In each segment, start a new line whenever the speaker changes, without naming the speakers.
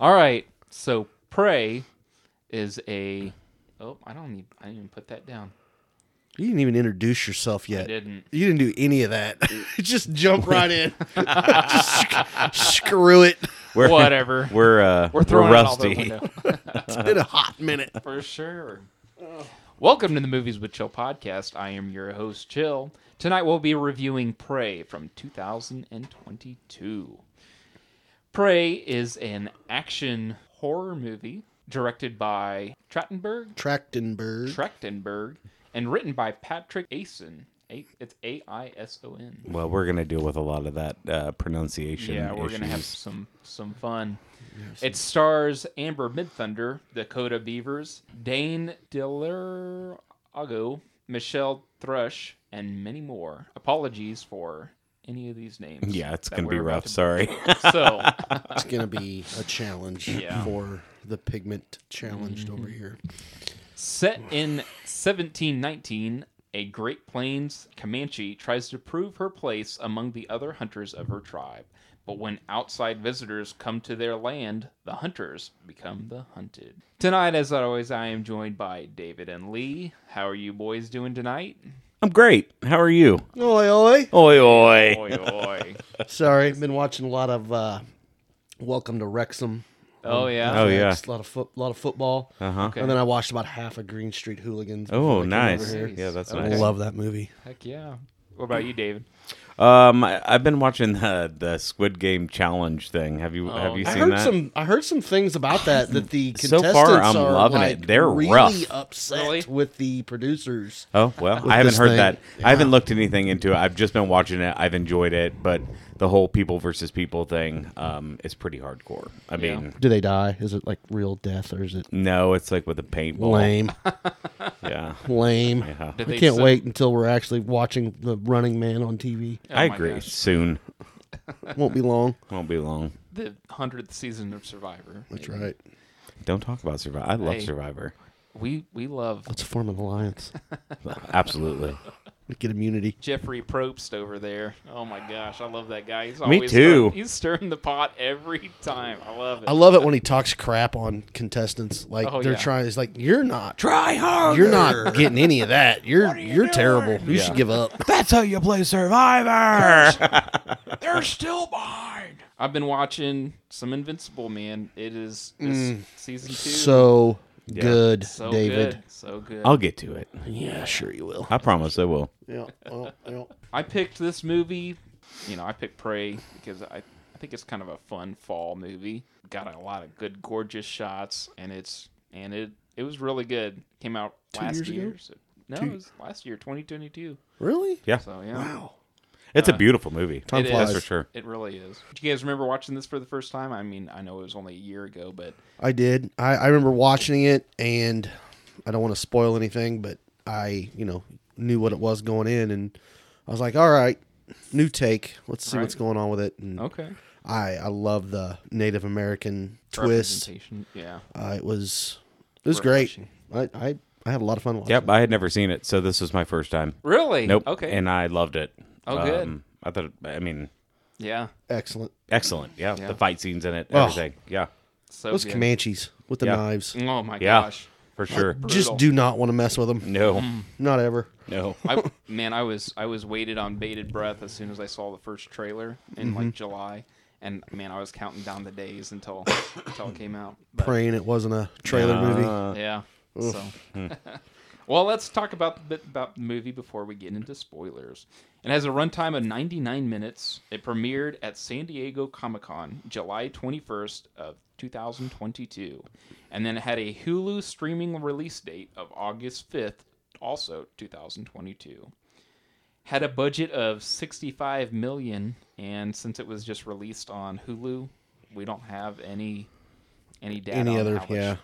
All right. So Prey is a. Oh, I don't need. I didn't even put that down.
You didn't even introduce yourself
I
yet.
didn't.
You didn't do any of that. Just jump right in. Just sc- screw it.
We're,
Whatever.
We're uh,
We're throwing it all out the
rusty.
window.
It's been a hot minute.
For sure. Welcome to the Movies with Chill podcast. I am your host, Chill. Tonight we'll be reviewing Prey from 2022. Prey is an action horror movie directed by Trachtenberg,
Trachtenberg.
Trachtenberg, and written by Patrick Aison. A- It's A I S O N.
well, we're gonna deal with a lot of that uh, pronunciation.
Yeah, we're gonna have
issues.
some some fun. It stars Amber Midthunder, Dakota Beavers, Dane Dillerago, Michelle Thrush, and many more. Apologies for any of these names.
Yeah, it's
that
gonna be
we're about
rough. Sorry.
to- So
It's going to be a challenge
Yeah. Mm-hmm.
for the pigment challenged over here.
Set in 1719, a Great Plains Comanche tries to prove her place among the other hunters of her tribe. But when outside visitors come to their land, the hunters become the hunted. Tonight, as always, I am joined by David and Lee. How are you boys doing tonight?
I'm great. How are you?
Oi, oi.
Oi, oi.
Oi, oi.
Sorry, been watching a lot of uh, Welcome to Wrexham.
Oh, yeah.
Oh, yeah.
It's A lot of foot, lot of football.
Uh huh.
Okay.
And then I watched about half of Green Street Hooligans. before I
Oh,
came
nice.
over here.
here.
Yeah, that's
Okay.
I
nice.
love that movie.
Heck yeah. What about you, David?
Um, I, I've been watching the the Squid Game challenge thing. Have you
Oh,
have you
yeah.
I
seen
heard
that?
some. I heard some things about that that the
So far,
contestants
I'm
are
loving it.
like
They're
really
rough.
upset
Really?
with the producers.
Oh well, I haven't
this
heard
thing.
that. I haven't looked anything into it. I've just been watching it. I've enjoyed it, but the whole people versus people thing um, is pretty hardcore. I
Yeah.
mean,
Do they die? Is it like real death or is it
no, it's like with a paintball.
lame?
Yeah,
lame.
yeah.
Did
I
they
can't
send-
wait until we're actually watching the Running Man on TV.
Oh
I
my
agree.
gosh.
Soon,
Won't be long.
won't be long.
The 100th season of Survivor.
That's right.
Don't talk about Survivor. I love
Hey.
Survivor.
We, we love
Let's form an alliance.
Absolutely.
We get immunity.
Jeffrey Probst over there. Oh my gosh, I love that guy. He's
Me
always
too.
he's stirring the pot every time. I love it.
I love it when he talks crap on contestants. Like
Oh,
they're
yeah.
trying. He's like, "You're not.
Try hard.
You're not getting any of that. You're you're terrible. You
Yeah.
should give up."
That's how you play Survivor.
They're still behind. I've been watching some Invincible, man. It is it's season two.
Mm. So good,
So
David.
good. So good.
I'll get to it.
Yeah, sure you will.
I promise I will.
Yeah, well, yeah.
I picked this movie. You know, I picked Prey because I, I think it's kind of a fun fall movie. Got a lot of good, gorgeous shots, and it's and it it was really good. Came out last
years ago?
year. So, no, it was last year, 2022.
Really?
Yeah,
So uh, yeah.
it's a beautiful movie.
Time
It
flies.
That's for sure.
It really is. Do you guys remember watching this for the first time? I mean, I know it was only a year ago, but
I did. I, I remember watching it, and I don't want to spoil anything, but I, you know, knew what it was going in, and I was like, all right, new take. Let's see what's
Right.
going on with it. And
okay.
I, I love the Native American twist.
Representation. Yeah.
Uh, it was, it was great.
Refreshing.
I, I, I had a lot of fun watching.
Yep, I had never seen it, so this was my first time.
Really?
Nope.
Okay.
And I loved it. Um,
Oh, good.
I thought. It, I mean,
yeah.
it. Excellent.
excellent. Yeah,
Yeah.
the fight scenes in it,
Oh.
everything. Yeah,
So
Those
good.
Comanches with the
Yeah.
knives.
Oh my
yeah,
gosh.
for sure.
Just
Brutal.
do not want to mess with them.
No,
Not ever.
no.
Mm. I, man, I was I was waited on bated breath as soon as I saw the first trailer in
Mm-hmm.
like July, and man, I was counting down the days until until it came out. But,
Praying it wasn't a trailer movie.
Uh,
Yeah. So,
Hmm.
well, let's talk about a bit about the movie before we get into spoilers. It has a runtime of 99 minutes. It premiered at San Diego Comic Con, July 21st of 2022, and then it had a Hulu streaming release date of August 5th, also 2022. Had a budget of 65 million, and since it was just released on Hulu, we don't have any any data.
Any
on
other?
how much-
Yeah.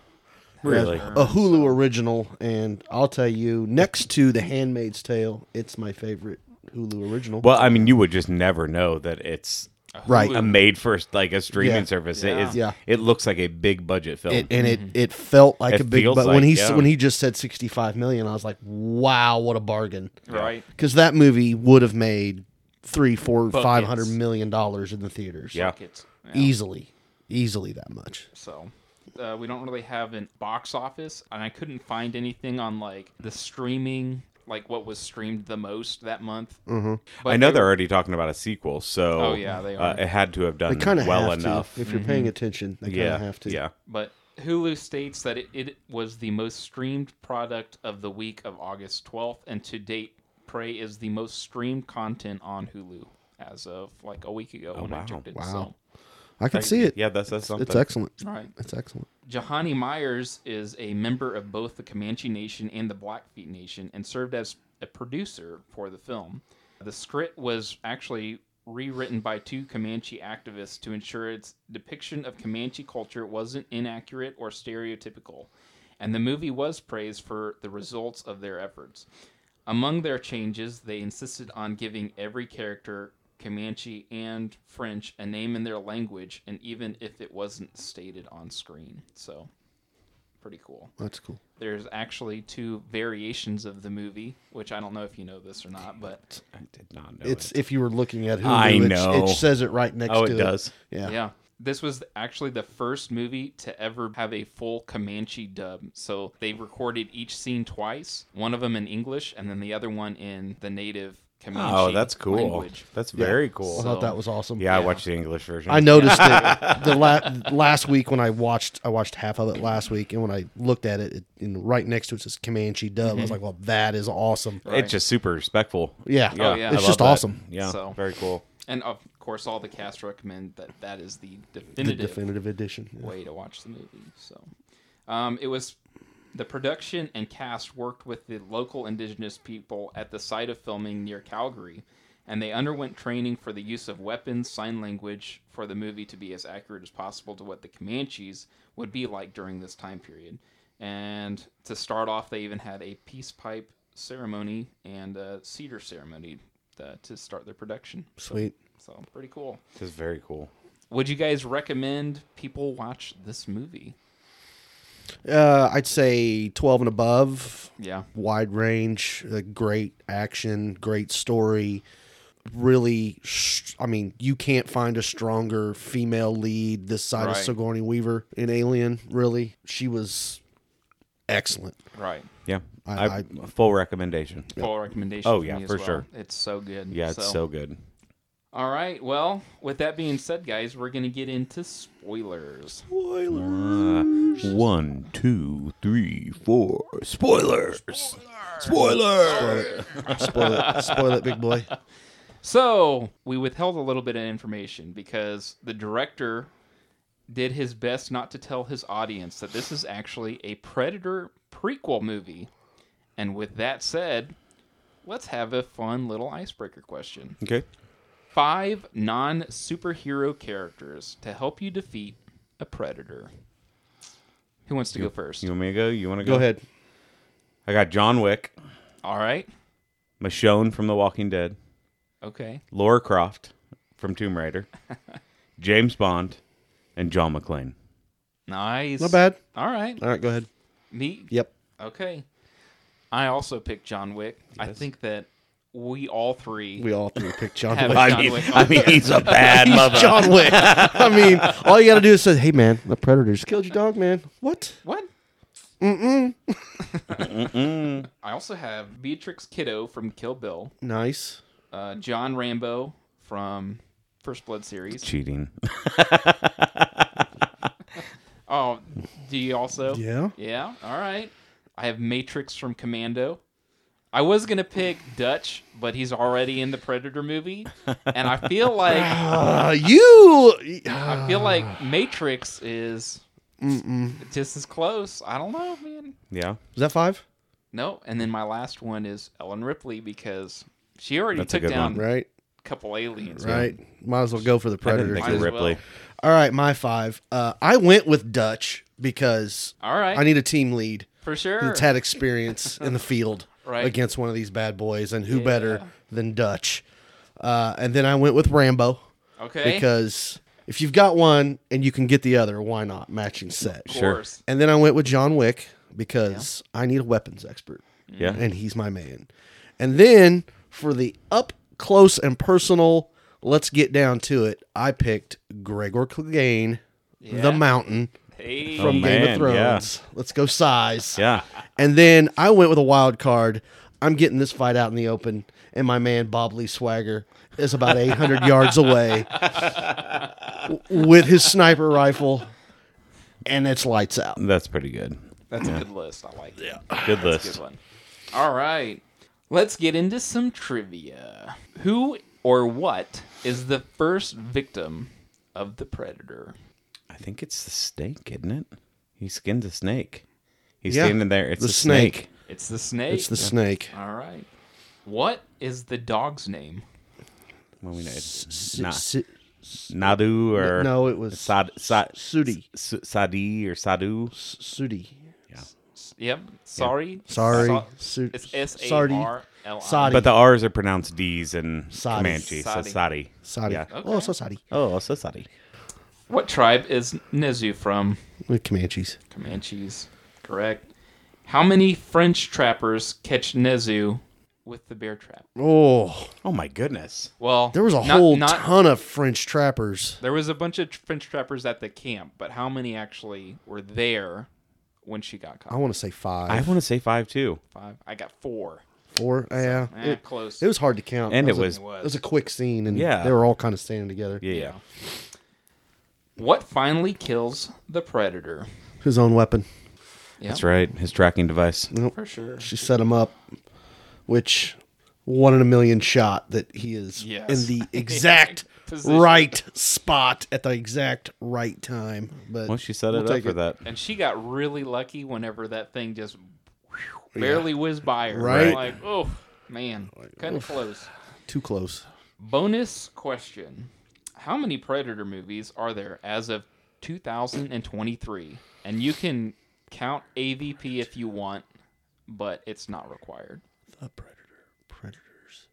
Really?
a Hulu original, and I'll tell you, next to The Handmaid's Tale, it's my favorite Hulu original.
Well, I mean, you would just never know that it's
right,
a made for like a streaming
Yeah.
service. It
Yeah.
is.
Yeah.
It looks like a big budget film.
it, and it it felt like
mm-hmm. It
a big.
feels
But when
like,
he
yeah.
when he just said sixty five million, I was like, wow, what a bargain!
Right.
Because that movie would have made three, four,
Buckets.
five hundred million dollars in the theaters,
yeah.
E-
Buckets. Yeah.
easily. easily that much.
So uh, we don't really have an box office, and I couldn't find anything on like the streaming, like what was streamed the most that month. Mm-hmm.
I know they're already talking about a sequel, so
Oh, yeah, they
uh,
are.
it had to have
They
done
kind of
well
have
enough. Mm-hmm.
to if you're paying attention. They kind
yeah,
of have to.
yeah.
But Hulu states that it, it was the most streamed product of the week of August 12th, and to date, Prey is the most streamed content on Hulu as of like a week ago when I
wow.
checked it.
Wow.
So,
I can see it.
Yeah, that's, that's something.
it's excellent.
all right.
It's excellent.
Jahani Myers is a member of both the Comanche Nation and the Blackfeet Nation and served as a producer for the film. The script was actually rewritten by two Comanche activists to ensure its depiction of Comanche culture wasn't inaccurate or stereotypical, and the movie was praised for the results of their efforts. Among their changes, they insisted on giving every character, Comanche and French, a name in their language, and even if it wasn't stated on screen. So, pretty cool.
That's cool.
There's actually two variations of the movie, which I don't know if you know this or not, but
I did not know.
It's
It's
if you were looking at Hulu,
I
it's-
know.
it says it right next
Oh,
to
it does.
Yeah.
yeah. This was actually the first movie to ever have a full Comanche dub. So they recorded each scene twice, one of them in English and then the other one in the native Comanche
Oh, that's cool.
language.
That's very
I
cool.
So-
thought that was awesome.
yeah, I watched the English version.
Uh-huh. I noticed it the la- last week when I watched I watched half of it last week and when I looked at it, it and right next to it says Comanche dub. I was like, well, that is awesome.
Mm-hmm. Right.
It's just super respectful.
Yeah,
Oh, yeah. I
it's
love
just
that.
awesome.
Yeah,
So-
very cool.
And of course, all the cast recommend that that is the
The
definitive,
definitive edition. Yeah.
way to watch the movie. So, um, it was the production and cast worked with the local indigenous people at the site of filming near Calgary, and they underwent training for the use of weapons, sign language for the movie to be as accurate as possible to what the Comanches would be like during this time period. And to start off, they even had a peace pipe ceremony and a cedar ceremony uh, to start their production.
Sweet.
So pretty cool.
This is very cool.
Would you guys recommend people watch this movie?
Uh, I'd say twelve and above.
Yeah.
wide range, uh, great action, great story. Really, sh- I mean, you can't find a stronger female lead this side of
Right.
Sigourney Weaver in Alien. Really, she was excellent.
Right.
Yeah,
I-
I, full recommendation.
Full recommendation.
Oh,
from
yeah,
me as
for
well.
sure.
It's so good.
Yeah, it's so good.
All right. Well, with that being said, guys, we're gonna get into spoilers.
Uh, one, two, three, four. Spoilers. Spoilers.
Spoil it, spoil it, big boy.
So we withheld a little bit of information because the director did his best not to tell his audience that this is actually a Predator prequel movie. And with that said, let's have a fun little icebreaker question.
Okay.
five non superhero characters to help you defeat a predator. Who wants to go first?
You want me to go? You want to go?
Go ahead.
I got John Wick,
All right.
Michonne from The Walking Dead,
Okay.
Laura Croft from Tomb Raider, James Bond, and John McClane.
Nice.
Not bad.
All right.
All right, go ahead.
Me.
Yep.
Okay. I also picked John Wick. I think that we all three.
We all three picked John
Have
Wick.
it.
I
John
mean,
Wick.
I mean, he's a bad mother.
John Wick. I mean, all you got to do is say, "Hey, man, the predators killed your dog, man." What?
what? Mm-mm. I also have Beatrix Kiddo from Kill Bill,
Nice.
uh, John Rambo from First Blood series.
Cheating.
Oh, do you also?
Yeah.
Yeah, all right. I have Matrix from Commando. I was gonna pick Dutch, but he's already in the Predator movie, and I feel like
Uh, you.
I feel like Matrix is just as close. I don't know, man.
Yeah.
Is that five?
No, and then my last one is Ellen Ripley because she already
That's a
took
good
down
one.
Right.
a couple aliens.
Right. Might as well go for the
I didn't
predators.
think
Might
of
as
Ripley.
well.
All right, my five. Uh, I went with Dutch because
All right,
I need a team lead
for sure.
that's had experience in the field
Right.
against one of these bad boys, and who better than Dutch? Uh, and then I went with Rambo
okay,
because if you've got one and you can get the other, why not matching set?
of course.
And then I went with John Wick because I need a weapons expert,
Yeah.
and he's my man. And then for the up close and personal, let's get down to it. I picked Gregor Clegane
Yeah.
the mountain
Hey.
from Game
Oh, man,
of Thrones.
yeah.
Let's go size.
Yeah.
And then I went with a wild card. I'm getting this fight out in the open, and my man Bob Lee Swagger is about 800 yards away w- with his sniper rifle, and it's lights out.
That's pretty good.
That's a good list. I like it. Yeah.
Good
Good
list.
one. All right. Let's get into some trivia. Who or what is the first victim of the predator?
I think it's the snake, isn't it? He skinned a snake. He's
Yeah.
standing there. It's
The
a snake.
snake.
It's the snake.
It's the snake.
All right. What is the dog's name?
Well, we know
S-
it's Na-
s-
Nadu or
no, it was
Sad, Sad,
Sudi.
S- Sadi or Sadu.
S- Sudi.
S- Yep. Sorry.
Sorry.
So-
Su-
it's S A
Sardi.
R L I.
Sadi.
But the R's are pronounced D's in
Sadi.
Comanche. So
Sadi.
Sadi.
Sadi.
Yeah.
Oh, so Sadi.
Oh, also Sadi.
What tribe is Nezu from?
With Comanches.
Comanches. Correct. How many French trappers catch Nezu with the bear trap?
Oh,
Oh my goodness.
Well,
there was a
not-
whole
not-
ton of French trappers.
There was a bunch of French trappers at the camp, but how many actually were there when she got
I
caught?
want to say five,
I want to say five too.
Five. I got four.
four. Yeah,
Eh,
it,
close.
it was hard to count.
And
That
it was-
a, it was a quick scene, and
Yeah.
they were all kind of standing together.
Yeah. yeah.
What finally kills the predator?
His own weapon.
Yeah,
That's right. His tracking device.
For sure.
She set him up, which one in a million shot that he is
Yes.
in the exact
Position.
right spot at the exact right time. But
Well, she set it
we'll
up
take
for that.
And she got really lucky whenever that thing just whew, barely whizzed by her.
Right.
Like, oh, man. Kind of close.
Too close.
Bonus question How many Predator movies are there as of 2023? And you can count AVP if you want, but it's not required.
The predator. Predators.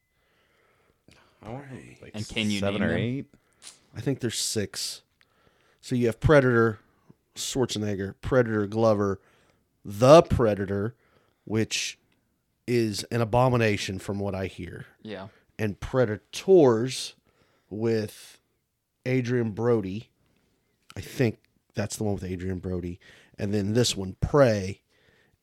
And can you
seven
name
or
them?
eight?
I think there's six. So you have Predator, Schwarzenegger, Predator Glover, the Predator, which is an abomination from what I hear,
Yeah.
and Predators with Adrian Brody. I think that's the one with Adrian Brody. And then this one, Prey.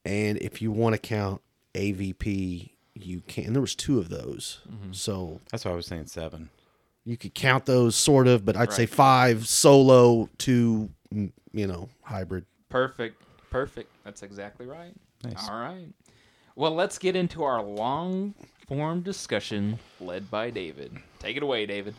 And if you want to count AVP, you can. And there was two of those. So
That's why I was saying seven.
you could count those sort of, but I'd say
Right.
five solo, two, mm, you know, hybrid.
Perfect. Perfect. That's exactly right. All right. Well, let's get into our long form discussion led by David. Take it away, David.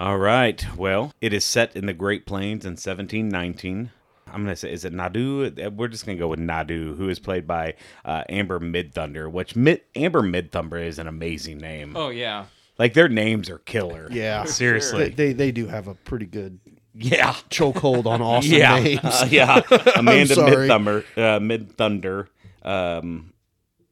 All right. Well, it is set in the Great Plains in 1719. I'm going to say, is it Nadu? We're just going to go with Nadu, who is played by uh, Amber Mid Thunder, which Mid- Amber Mid Thunder is an amazing name.
Oh, yeah.
Like, their names are killer.
Yeah. They,
Seriously.
they they do have a pretty good
Yeah.
chokehold on awesome
Yeah.
names.
Uh, yeah. Amanda
sorry.
Mid Thunder uh, Mid Thunder um,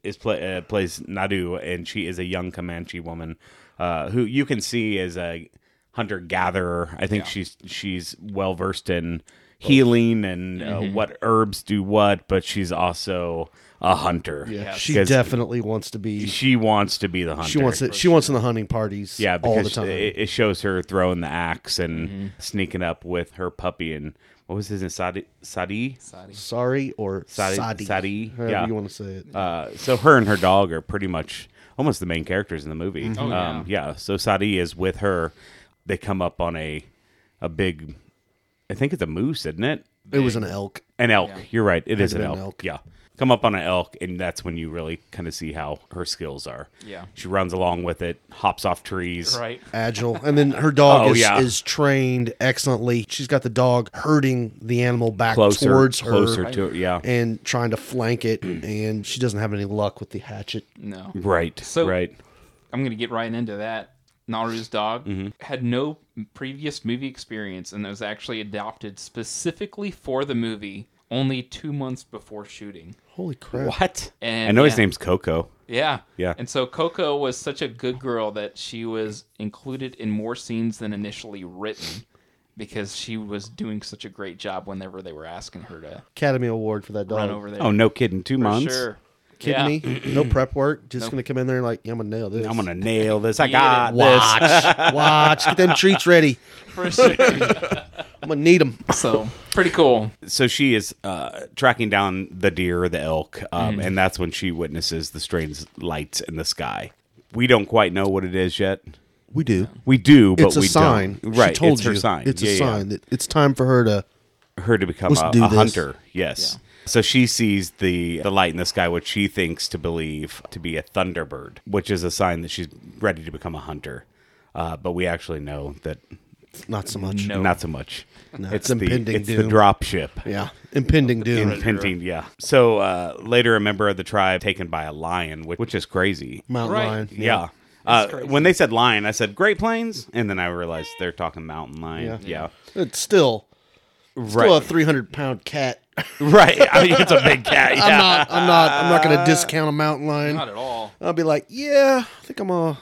is play, uh, plays Nadu, and she is a young Comanche woman uh, who you can see as a hunter gatherer. I think she's she's well versed in healing and uh,
Mm-hmm.
what herbs do what, but she's also a hunter.
Yeah,
Yeah,
she
'Cause
definitely wants to be.
She wants to be the hunter.
She wants it. She wants in the hunting parties.
Yeah,
all
because
the time.
It, it shows her throwing the axe and sneaking up with her puppy and what was his name? Sadi? Sadi?
Exciting.
Sorry or
Sadi-
Sadi.
Sadi,
however
yeah.
you want to say it.
Uh, so her and her dog are pretty much almost the main characters in the movie.
Oh, yeah.
Um, yeah. So Sadi is with her. They come up on a a big, I think it's a moose, isn't it?
it was an elk.
An elk. You're right. It is
to
an
be an
elk.
elk.
Yeah. Come up on an elk, and that's when you really kind of see how her skills are.
Yeah.
She runs along with it, hops off trees.
Right.
Agile, and then her dog
Oh,
is,
yeah.
is trained excellently. She's got the dog herding the animal back
Closer,
towards her,
closer to her. Yeah.
and trying to flank it, and she doesn't have any luck with the hatchet.
No.
right.
So-
right.
I'm going to get right into that. Naru's dog
Mm-hmm.
had no previous movie experience and was actually adopted specifically for the movie only two months before shooting.
Holy crap!
What?
And
I know his
yeah.
name's Coco.
Yeah.
Yeah.
And so Coco was such a good girl that she was included in more scenes than initially written because she was doing such a great job whenever they were asking her to
Academy Award for that dog.
run over there.
Oh, no kidding. Two
For
months.
sure.
Kidding
Yeah.
me? No prep work. Just gonna come in there and like, yeah, I'm gonna nail this.
I'm gonna nail this. I
Yeah.
got this.
watch, watch. Get them treats ready.
For sure.
I'm gonna need them.
So pretty cool.
so she is uh, tracking down the deer, the elk, um, and that's when she witnesses the strange lights in the sky. We don't quite know what it is yet.
We do.
We do, but
It's a
we
sign.
don't.
She
Right,
told
it's
you.
her sign.
It's
Yeah,
a
yeah.
sign that it's time for her to.
her to become
Let's
a,
do
a
this.
hunter. Yes. So she sees the the light in the sky, which she thinks to believe to be a thunderbird, which is a sign that she's ready to become a hunter. Uh, but we actually know that
Not so much.
No.
not so much.
it's
the
impending
it's the
doom.
drop ship.
Yeah, impending doom.
Impending, yeah. So uh, later, a member of the tribe taken by a lion, which, which is crazy.
Mountain
Right.
lion.
Yeah. Uh, when they said lion, I said Great Plains, and then I realized they're talking mountain lion. Yeah,
It's still
right,
still a 300 pound cat.
right. I mean, it's a big cat. Yeah,
I'm not. I'm not. I'm not going to discount a mountain lion.
Not at all.
I'll be like, yeah, I think I'm a.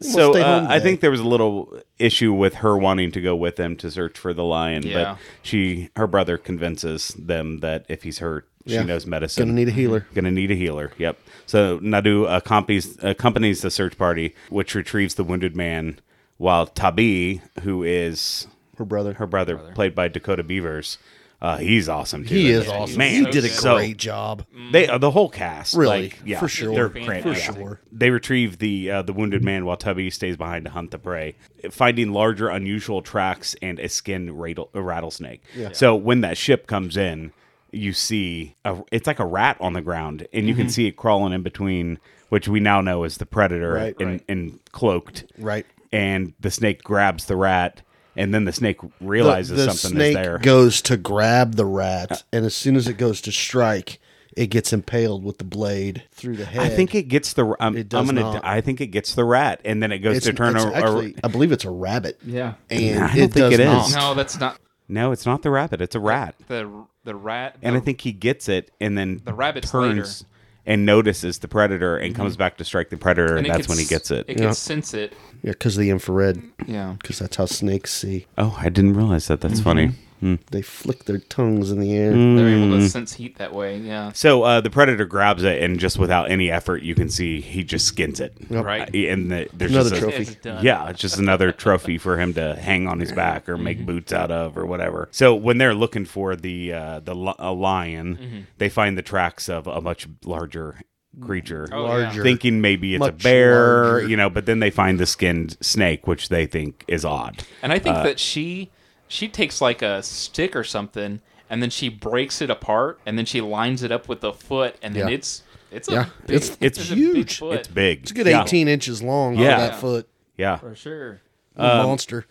so
stay home
uh, I
today.
think there was a little issue with her wanting to go with them to search for the lion,
Yeah.
but she her brother convinces them that if he's hurt,
Yeah.
she knows medicine.
Gonna need a healer.
Gonna need a healer. Yep. So Nadu accompanies accompanies the search party, which retrieves the wounded man, while Tabi, who is
Her brother.
her brother, played by Dakota Beavers, uh, he's awesome too.
he is
Yeah,
awesome.
Man,
he did a
so-
great job.
They uh, the whole cast,
Really,
like, yeah,
for sure,
they're great.
for
Yeah.
sure.
They retrieve the uh, the wounded man while Tubby stays behind to hunt the prey, finding larger, unusual tracks and a skinned rattle, a rattlesnake. So when that ship comes in, you see a, it's like a rat on the ground, and you can
Mm-hmm.
see it crawling in between, which we now know is the predator
Right.
and, and cloaked.
Right.
And the snake grabs the rat, and then the snake
The-
realizes
the
something
snake
is there.
goes to grab the rat, and as soon as it goes to strike, it gets impaled with the blade through the
I
head.
think it gets the. um, I'm,
It does
I'm gonna.
not.
I think it gets the rat, and then it goes
it's,
to turn
it's
a, a-
actually, I believe it's a rabbit.
Yeah.
and
I don't
it
think
does
it is.
not.
No, that's not
No, it's not the rabbit. It's a rat,
the the rat.
and
the,
I think he gets it, and then
The rabbit's
turns and notices the predator and
Mm-hmm.
comes back to strike the predator, and,
and it
that's
could
when he
s-
gets it.
It
Yeah.
can sense it.
Yeah, because the infrared,
Yeah.
because that's how snakes see.
Oh, I didn't realize that. That's funny. Hmm.
They flick their tongues in the air.
Mm.
They're able to sense heat that way. Yeah.
So uh, the predator grabs it, and just without any effort, you can see he just skins it.
Right.
Uh, and the, there's
Another
just a-
trophy.
It's done.
Yeah, it's just another trophy for him to hang on his back or
Mm-hmm.
make boots out of or whatever. So when they're looking for the uh, the li- a lion,
Mm-hmm.
they find the tracks of a much larger creature.
Oh,
larger.
Thinking maybe it's
Much
a bear,
larger.
you know, but then they find the skinned snake, which they think is odd.
And I think
Uh,
that she she takes like a stick or something, and then she breaks it apart, and then she lines it up with the foot, and then
Yeah.
it's it's a
Yeah.
big,
It's-
it's
a big
huge.
foot.
It's big.
It's a good
Yeah.
18 inches long
Yeah. Um,
for that foot.
Yeah.
for sure.
monster.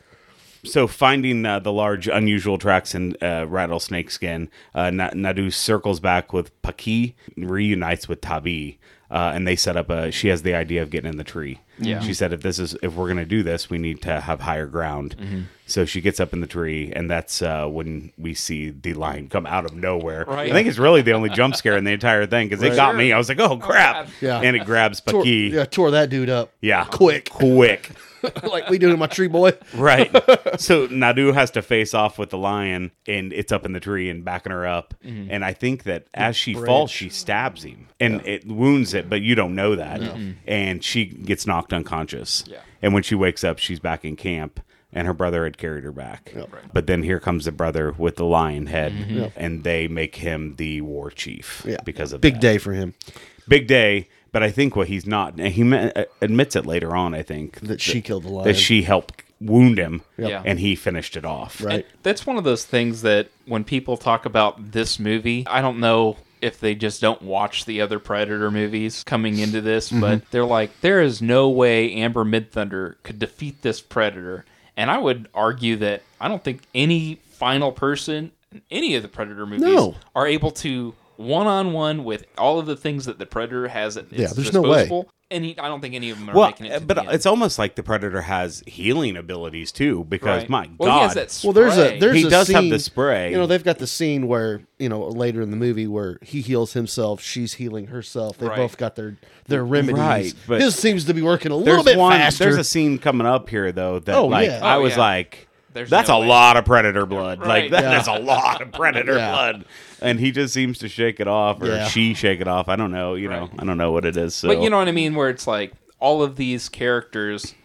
so finding uh, the large unusual tracks in uh, rattlesnake skin uh, Na- nadu circles back with paki reunites with tabi uh, and they set up a she has the idea of getting in the tree
Yeah.
she said if this is if we're going to do this we need to have higher ground
Mm-hmm.
so she gets up in the tree and that's uh, when we see the lion come out of nowhere
Right.
i think it's really the only jump scare in the entire thing because it got me i was like oh crap
Yeah.
and it grabs
Tore,
paki
yeah, tore that dude up.
yeah
Quick.
quick
like we doing in my tree boy.
Right. so Nadu has to face off with the lion, and it's up in the tree and backing her up.
Mm-hmm.
And I think that as she falls, she stabs him and it wounds it, but you don't know that.
Mm-hmm.
And she gets knocked unconscious.
Yeah.
And when she wakes up, she's back in camp. And her brother had carried her back. But then here comes the brother with the lion head, and they make him the war chief
Mm-hmm. Yeah.
because of
Big
that
day for him.
big day. But I think what he's not, and he me- uh, admits it later on. I think
That she killed the lion.
That she helped wound him,
Yeah.
and he finished it off.
Right.
That's one of those things that when people talk about this movie, I don't know if they just don't watch the other Predator movies coming into this,
Mm-hmm.
but they're like, there is no way Amber Mid Thunder could defeat this Predator. And I would argue that I don't think any final person in any of the Predator movies
No.
are able to one on one with all of the things that the Predator has at its
Yeah, there's no way.
disposal. And he, I don't think any of them are
Well,
making it. To
but
the end.
it's almost like the predator has healing abilities too, because
Right.
my
Well,
god,
he has that
Well, there's
spray.
a there's
He
a
does have
scene-
the spray.
You know, they've got the scene where you know later in the movie where he heals himself, she's healing herself. They
Right.
both got their their remedies.
Right, but-
His seems to be working a
there's
little bit
one.
faster.
There's a scene coming up here though that
Oh,
like
yeah.
I
Oh,
was
yeah.
like.
There's
that's
no
a
way.
lot of predator blood.
Right.
Like that,
Yeah.
that's a lot of predator
Yeah.
blood, and he just seems to shake it off, or
Yeah.
she shake it off. I don't know. You know,
Right.
I don't know what it is. So.
But you know what I mean, where it's like all of these characters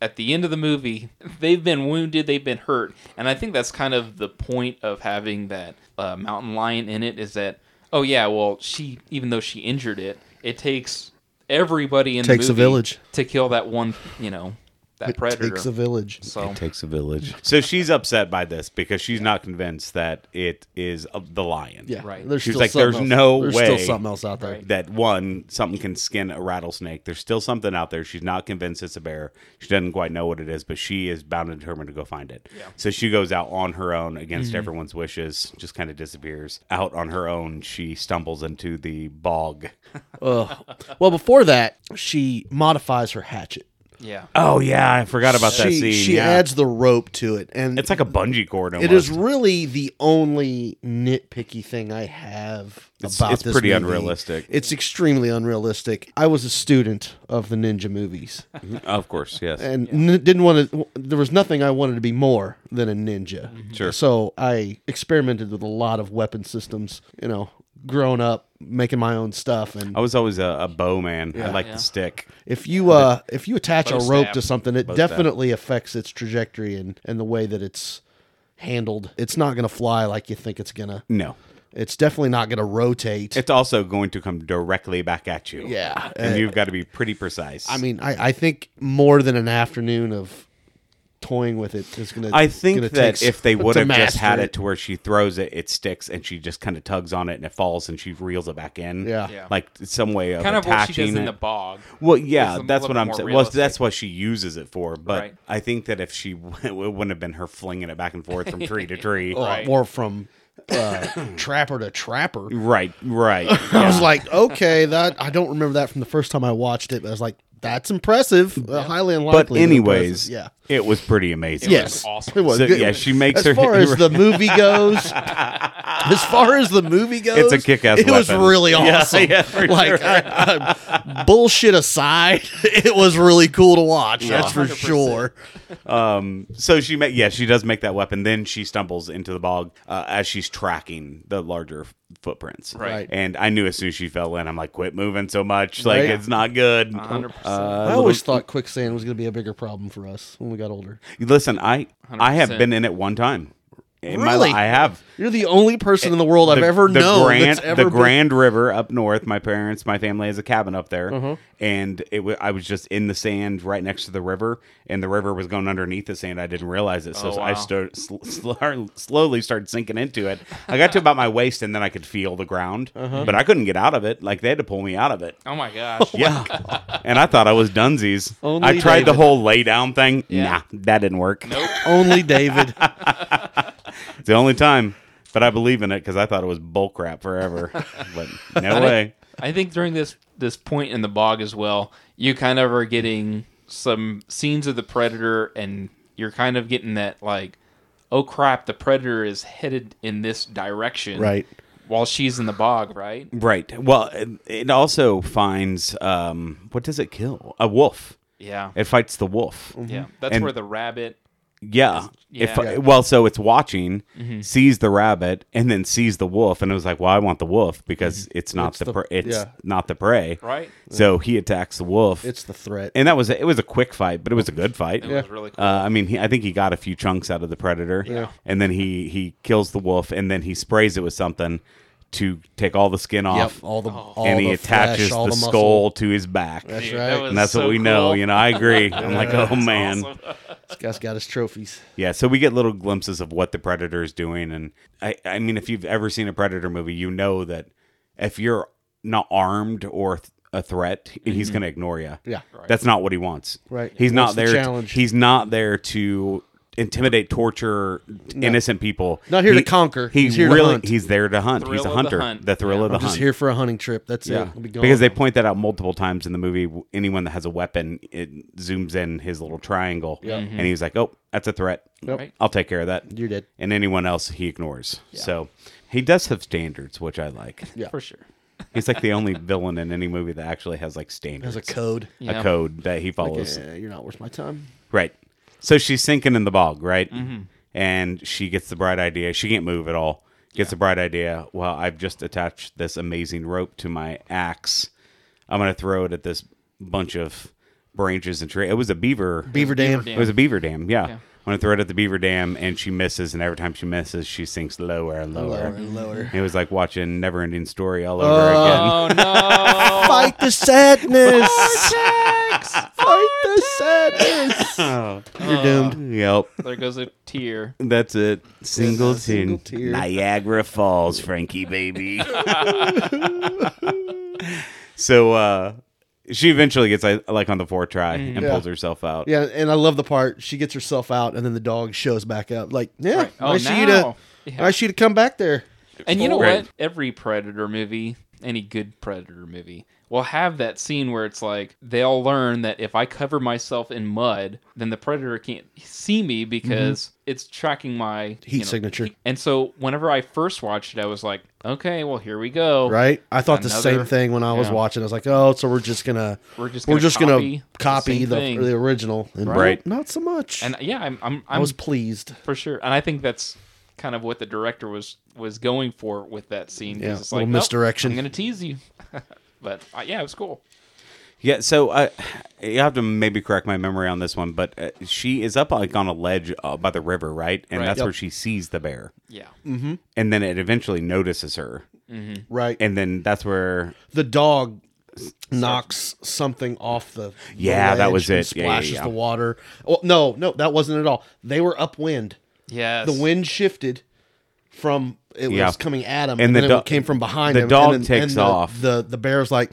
at the end of the movie, they've been wounded, they've been hurt, and I think that's kind of the point of having that uh, mountain lion in it is that oh yeah, well she even though she injured it, it takes everybody in
Takes a
the movie
village.
to kill that one, you know, that predator.
Takes a village.
so
takes a village. So she's upset by this because she's not convinced that it is uh, the lion.
Yeah,
Right.
There's
She's
still
like,
something
"There's
else-
no
there's
way."
still something else out there.
Right.
That one, something can skin a rattlesnake. There's still something out there. She's not convinced it's a bear. She doesn't quite know what it is, but she is bound and determined to go find it.
Yeah.
So she goes out on her own against everyone's wishes, just kind of disappears. Out on her own, she stumbles into the bog.
Ugh. Well, before that, she modifies her hatchet.
yeah.
Oh, yeah. I forgot about that
she
scene.
she
yeah.
adds the rope to it, and
it's like a bungee cord. Almost.
it is really the only nitpicky thing I have
It's-
about
it's
this.
pretty
movie.
unrealistic.
It's extremely unrealistic. I was a student of the ninja movies,
Of course, yes.
and n- didn't want to. There was nothing I wanted to be more than a ninja.
Sure.
So I experimented with a lot of weapon systems. You know, growing up, making my own stuff, and
I was always a, a bow man. I like
Yeah.
the stick.
If you uh, if you attach a
Bow
rope
stab.
to something, it
stab.
definitely affects its trajectory and and the way that it's handled. It's not gonna fly like you think it's gonna.
No.
It's definitely not gonna rotate.
It's also going to come directly back at you.
yeah,
And
Uh,
you've got to be pretty precise.
I mean, I I think more than an afternoon of toying with it is gonna.
I think
gonna
that
take s-
if they
to
would have just
master
had it
it.
to where she throws it, it sticks, and she just kind of tugs on it, and it falls, and she reels it back in.
Yeah.
Yeah.
like some way of
Kind of what she
attaching
does in
it.
the bog.
well, yeah,
is a
that's
little
what I'm
more
saying. Well,
realistic.
that's what she uses it for. But
Right.
I think that if she, it wouldn't have been her flinging it back and forth from tree to tree.
or,
Right.
or from uh, trapper to trapper.
Right, right.
I was like, okay, that I don't remember that from the first time I watched it, but I was like, that's impressive. Uh, highly unlikely.
but
but
anyways,
impressive. yeah.
it was pretty amazing.
Yeah.
Yes,
awesome.
It was.
So,
Good.
yeah, she makes
as
her-
far as the movie goes. as far as the movie goes,
It's a kick-ass
It was
weapon.
really
Yeah,
awesome.
yeah, for
like I- I- bullshit aside, it was really cool to watch. That's for
100%.
sure.
So she, ma- yeah, she does make that weapon. Then she stumbles into the bog uh, as she's tracking the larger f- footprints.
Right.
And I knew as soon as she fell in, I'm like, quit moving so much. Like
Right.
it's not good. Uh,
100%.
I always thought quicksand was going to be a bigger problem for us when we got older.
Listen, I I have
100%.
been in it one time. In my
Really?
li- I have.
You're the only person in the world I've ever known
Grand,
that's ever
the
been-
Grand River up north. My parents, my family has a cabin up there,
Mm-hmm.
and it. wa- I was just in the sand right next to the river, and the river was going underneath the sand. I didn't realize it, so
Oh,
I
wow.
started sl- sl- slowly started sinking into it. I got to about my waist, and then I could feel the ground,
Uh-huh.
but I couldn't get out of it. Like they had to pull me out of it.
oh my gosh.
Yeah, and I thought I was dunsies.
Only
I tried the
David.
whole lay down thing.
Yeah.
Nah, that didn't work.
Only David.
It's the only time. But I believe in it because I thought it was bull crap forever. but no way.
I think during this this point in the bog as well, you kind of are getting some scenes of the predator, and you're kind of getting that like, oh crap, the predator is headed in this direction,
Right.
While she's in the bog, right?
Right. Well, it- it also finds um, what does it kill? A wolf.
Yeah,
It fights the wolf.
yeah. That's
And-
where the rabbit.
Yeah. If,
Mm-hmm. Yeah.
Well, so it's watching, sees the rabbit, and then sees the wolf, and it was like, "Well, I want the wolf because it's not the,
the-
pre- it's
yeah.
not the prey."
Right.
So he attacks the wolf.
It's the threat.
and that was it. Was a quick fight, but it was a good fight.
It was really cool.
Uh, I mean, he, I think he got a few chunks out of the predator,
Yeah.
and then he he kills the wolf, and then he sprays it with something to take all the skin
Yep.
off,
All the all
and he
the
attaches
flesh, all
the,
the muscle.
skull to his back,
That's
Dude,
right.
that was
and that's
so
what we know.
cool.
You know, I agree. I'm like, oh man,
Awesome.
This guy's got his trophies.
yeah. So we get little glimpses of what the predator is doing, and I I mean, if you've ever seen a predator movie, you know that if you're not armed or th- a threat,
Mm-hmm.
he's going to ignore you.
Yeah.
That's not what he wants.
Right.
He's
He
not
wants the
there. to,
challenge.
he's not there to intimidate, torture innocent people.
Not here to conquer.
He
He's here to
really.
hunt.
He's there to hunt. he's
Thrill of
a
the
hunter. The,
hunt.
thrill of the
Just
hunt.
here for a hunting trip. That's it. I'll be gone.
Because they point that out multiple times in the movie. Anyone that has a weapon, it zooms in his little triangle, and he's like, "Oh, that's a threat.
Right.
I'll take care of that."
you're dead.
And anyone else, he ignores. So he does have standards, which I like.
Yeah.
for sure.
He's like the only villain in any movie that actually has like standards,
There's a code.
Yeah.
a code that he
Like,
follows.
"Eh, you're not worth my time.
Right. So she's sinking in the bog, right?
Mm-hmm.
And she gets the bright idea. She can't move at all. Gets the bright idea. Well, I've just attached this amazing rope to my axe. I'm going to throw it at this bunch of branches and tree. It was a beaver.
Beaver Dam.
It was a beaver dam. Yeah.
Yeah.
On a thread at the beaver dam, and she misses, and every time she misses, she sinks lower and lower.
Lower and lower.
It was like watching Never Ending Story all over again.
Oh no!
Fight the sadness. Fight the sadness.
Uh,
You're doomed.
Yep.
there goes a tear.
That's it. Singleton.
Single tear.
Niagara Falls, Frankie baby. so uh she eventually gets like like, on the fourth try and
Mm. Yeah.
pulls herself out.
Yeah, and I love the part she gets herself out, and then the dog shows back up. Like, yeah,
Right. Oh,
nice of you
now.
to,
Yeah.
nice of you to come back there.
And you know
Right.
what? Every Predator movie, any good Predator movie, will have that scene where it's like they'll learn that if I cover myself in mud, then the Predator can't see me because it's tracking my
Mm-hmm. Heat
you know.
signature,
And so whenever I first watched it, I was like, okay, well here we go.
right? I thought the same
Another-
thing when I was
yeah.
watching. I was like, oh, so we're just gonna
We're just
we're
gonna
just
copy
gonna
the
copy
same
the
thing.
the original, and
Right.
Not so much.
And uh, yeah, I'm I'm,
I
I'm
was pleased.
for sure. And I think that's kind of what the director was was going for with that scene. 'cause
Yeah,
it's
little
like, "Nope,
misdirection."
I'm gonna tease you. but uh, yeah, it was cool.
Yeah, so uh, you have to maybe correct my memory on this one, but uh, she is up like on a ledge uh, by the river, right? And
Right.
that's
Yep.
where she sees the bear.
Yeah.
And then it eventually notices her.
Right, and
And then that's where
the dog knocks something off the the
Yeah, that
ledge
was
and
it. Yeah, yeah,
Splashes
yeah.
the water. Well, no, no, that wasn't at all. They were upwind.
Yes.
the wind shifted from it was
Yeah.
coming at him,
And
and,
the
then
do-
it came from behind.
the
him,
dog
and,
takes
the,
off.
The the bear's like,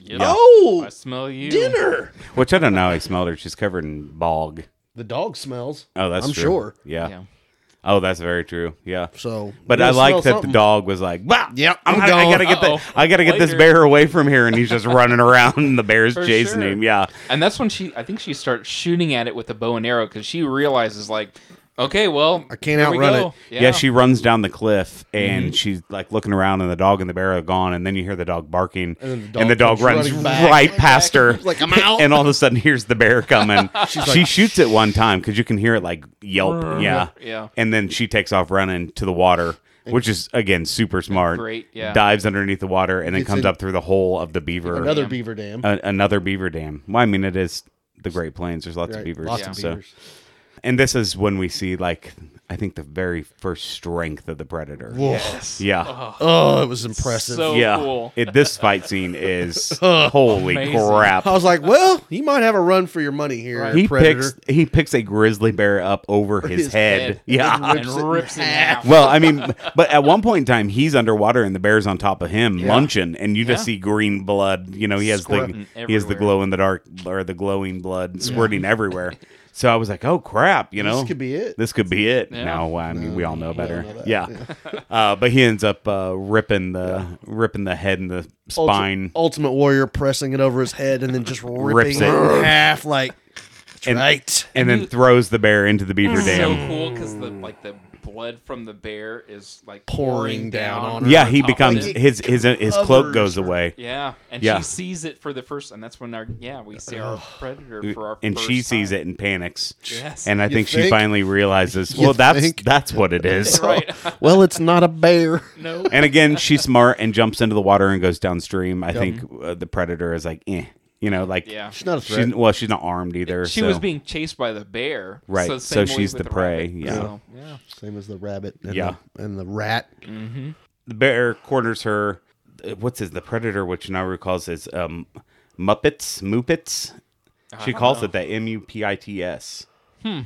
Yep.
oh,
I smell you.
dinner.
which I don't know. I smelled her. She's covered in bog.
The dog smells.
Oh, that's
I'm
true.
sure.
Yeah.
Yeah.
Oh, that's very true. Yeah.
So,
But
you
I
smell
like that
something.
the dog was like, "Bah,
Yep,
I'm
I'm
gonna- I
gone.
gotta get
Uh-oh.
the, I gotta get this
Later.
bear away from here," and he's just running around, and the bear's
For
chasing
sure.
him. Yeah,
And that's when she, I think she starts shooting at it with a bow and arrow because she realizes, like, okay, well, I
can't outrun
yeah. She runs down the cliff,
Mm-hmm.
and she's like looking around, and the dog and the bear are gone, and then you hear the dog barking, and,
then the
the
dog
dog
comes
runs
running back.
right past her,
Like, "I'm out."
and all of a sudden here's the bear coming. she shoots it one time because you can hear it like yelp. yeah,
Yeah.
and then she takes off running to the water. Which is again super smart.
Great, yeah.
Dives underneath the water and then
Gets
comes
in-
up through the hole of the beaver
another
Dam.
beaver dam.
a, another beaver dam. Well, I mean, it is the Great Plains. There's lots
Right,
of beavers.
Lots of
so-
beavers.
And this is when we see, like, I think the very first strength of the predator.
Yes.
Yeah.
Oh, it was impressive.
So
yeah.
cool.
It, this fight scene is holy
Amazing.
crap.
I was like, well, you might have a run for your money here,
He
predator.
picks he picks a grizzly bear up over his,
his
head.
head.
Yeah.
And rips it in half.
Well, I mean, but at one point in time, he's underwater and the bear's on top of him, munching, and you just
Yeah.
see green blood. You know, he has
Squirting
the he has the
everywhere.
glow in the dark or the glowing blood squirting everywhere. So I was like, oh crap, you know,
This could be it.
This could be it.
Yeah.
No, I mean, we all know better.
know that.
yeah, uh, but he ends up uh, ripping the ripping the head and the
Ulti-
spine.
Ultimate Warrior pressing it over his head and then just ripping
Rips
it
it.
in half like that's
And-
right.
and then throws the bear into the beaver
so
dam.
cool because the like the blood from the bear is like
Pouring down on her.
yeah, he
top of
becomes
it.
his his his cloak
covers
goes
her.
away.
Yeah, and
Yeah.
she sees it for the first, and that's when our yeah we see our predator for our
and
first
she sees
time.
it and panics.
Yes.
And I
You
think, she
think?
finally realizes, well, that's
think?
that's what it is.
Right.
well, it's not a bear.
no.
and again, she's smart and jumps into the water and goes downstream. I think uh, the predator is like, eh, you know, like
Yeah.
She's not a threat.
she's well, she's not armed either.
She
so-
was being chased by the bear.
Right,
So, the
so
same way
she's
with
the prey,
rabbit,
yeah.
so, yeah.
Same as the rabbit and,
Yeah.
the, and the rat.
Mm.
the bear corners her. uh, What's his the predator, which Naru calls his um, Muppets, Muppets. She calls it the M U P I T S.
Hmm.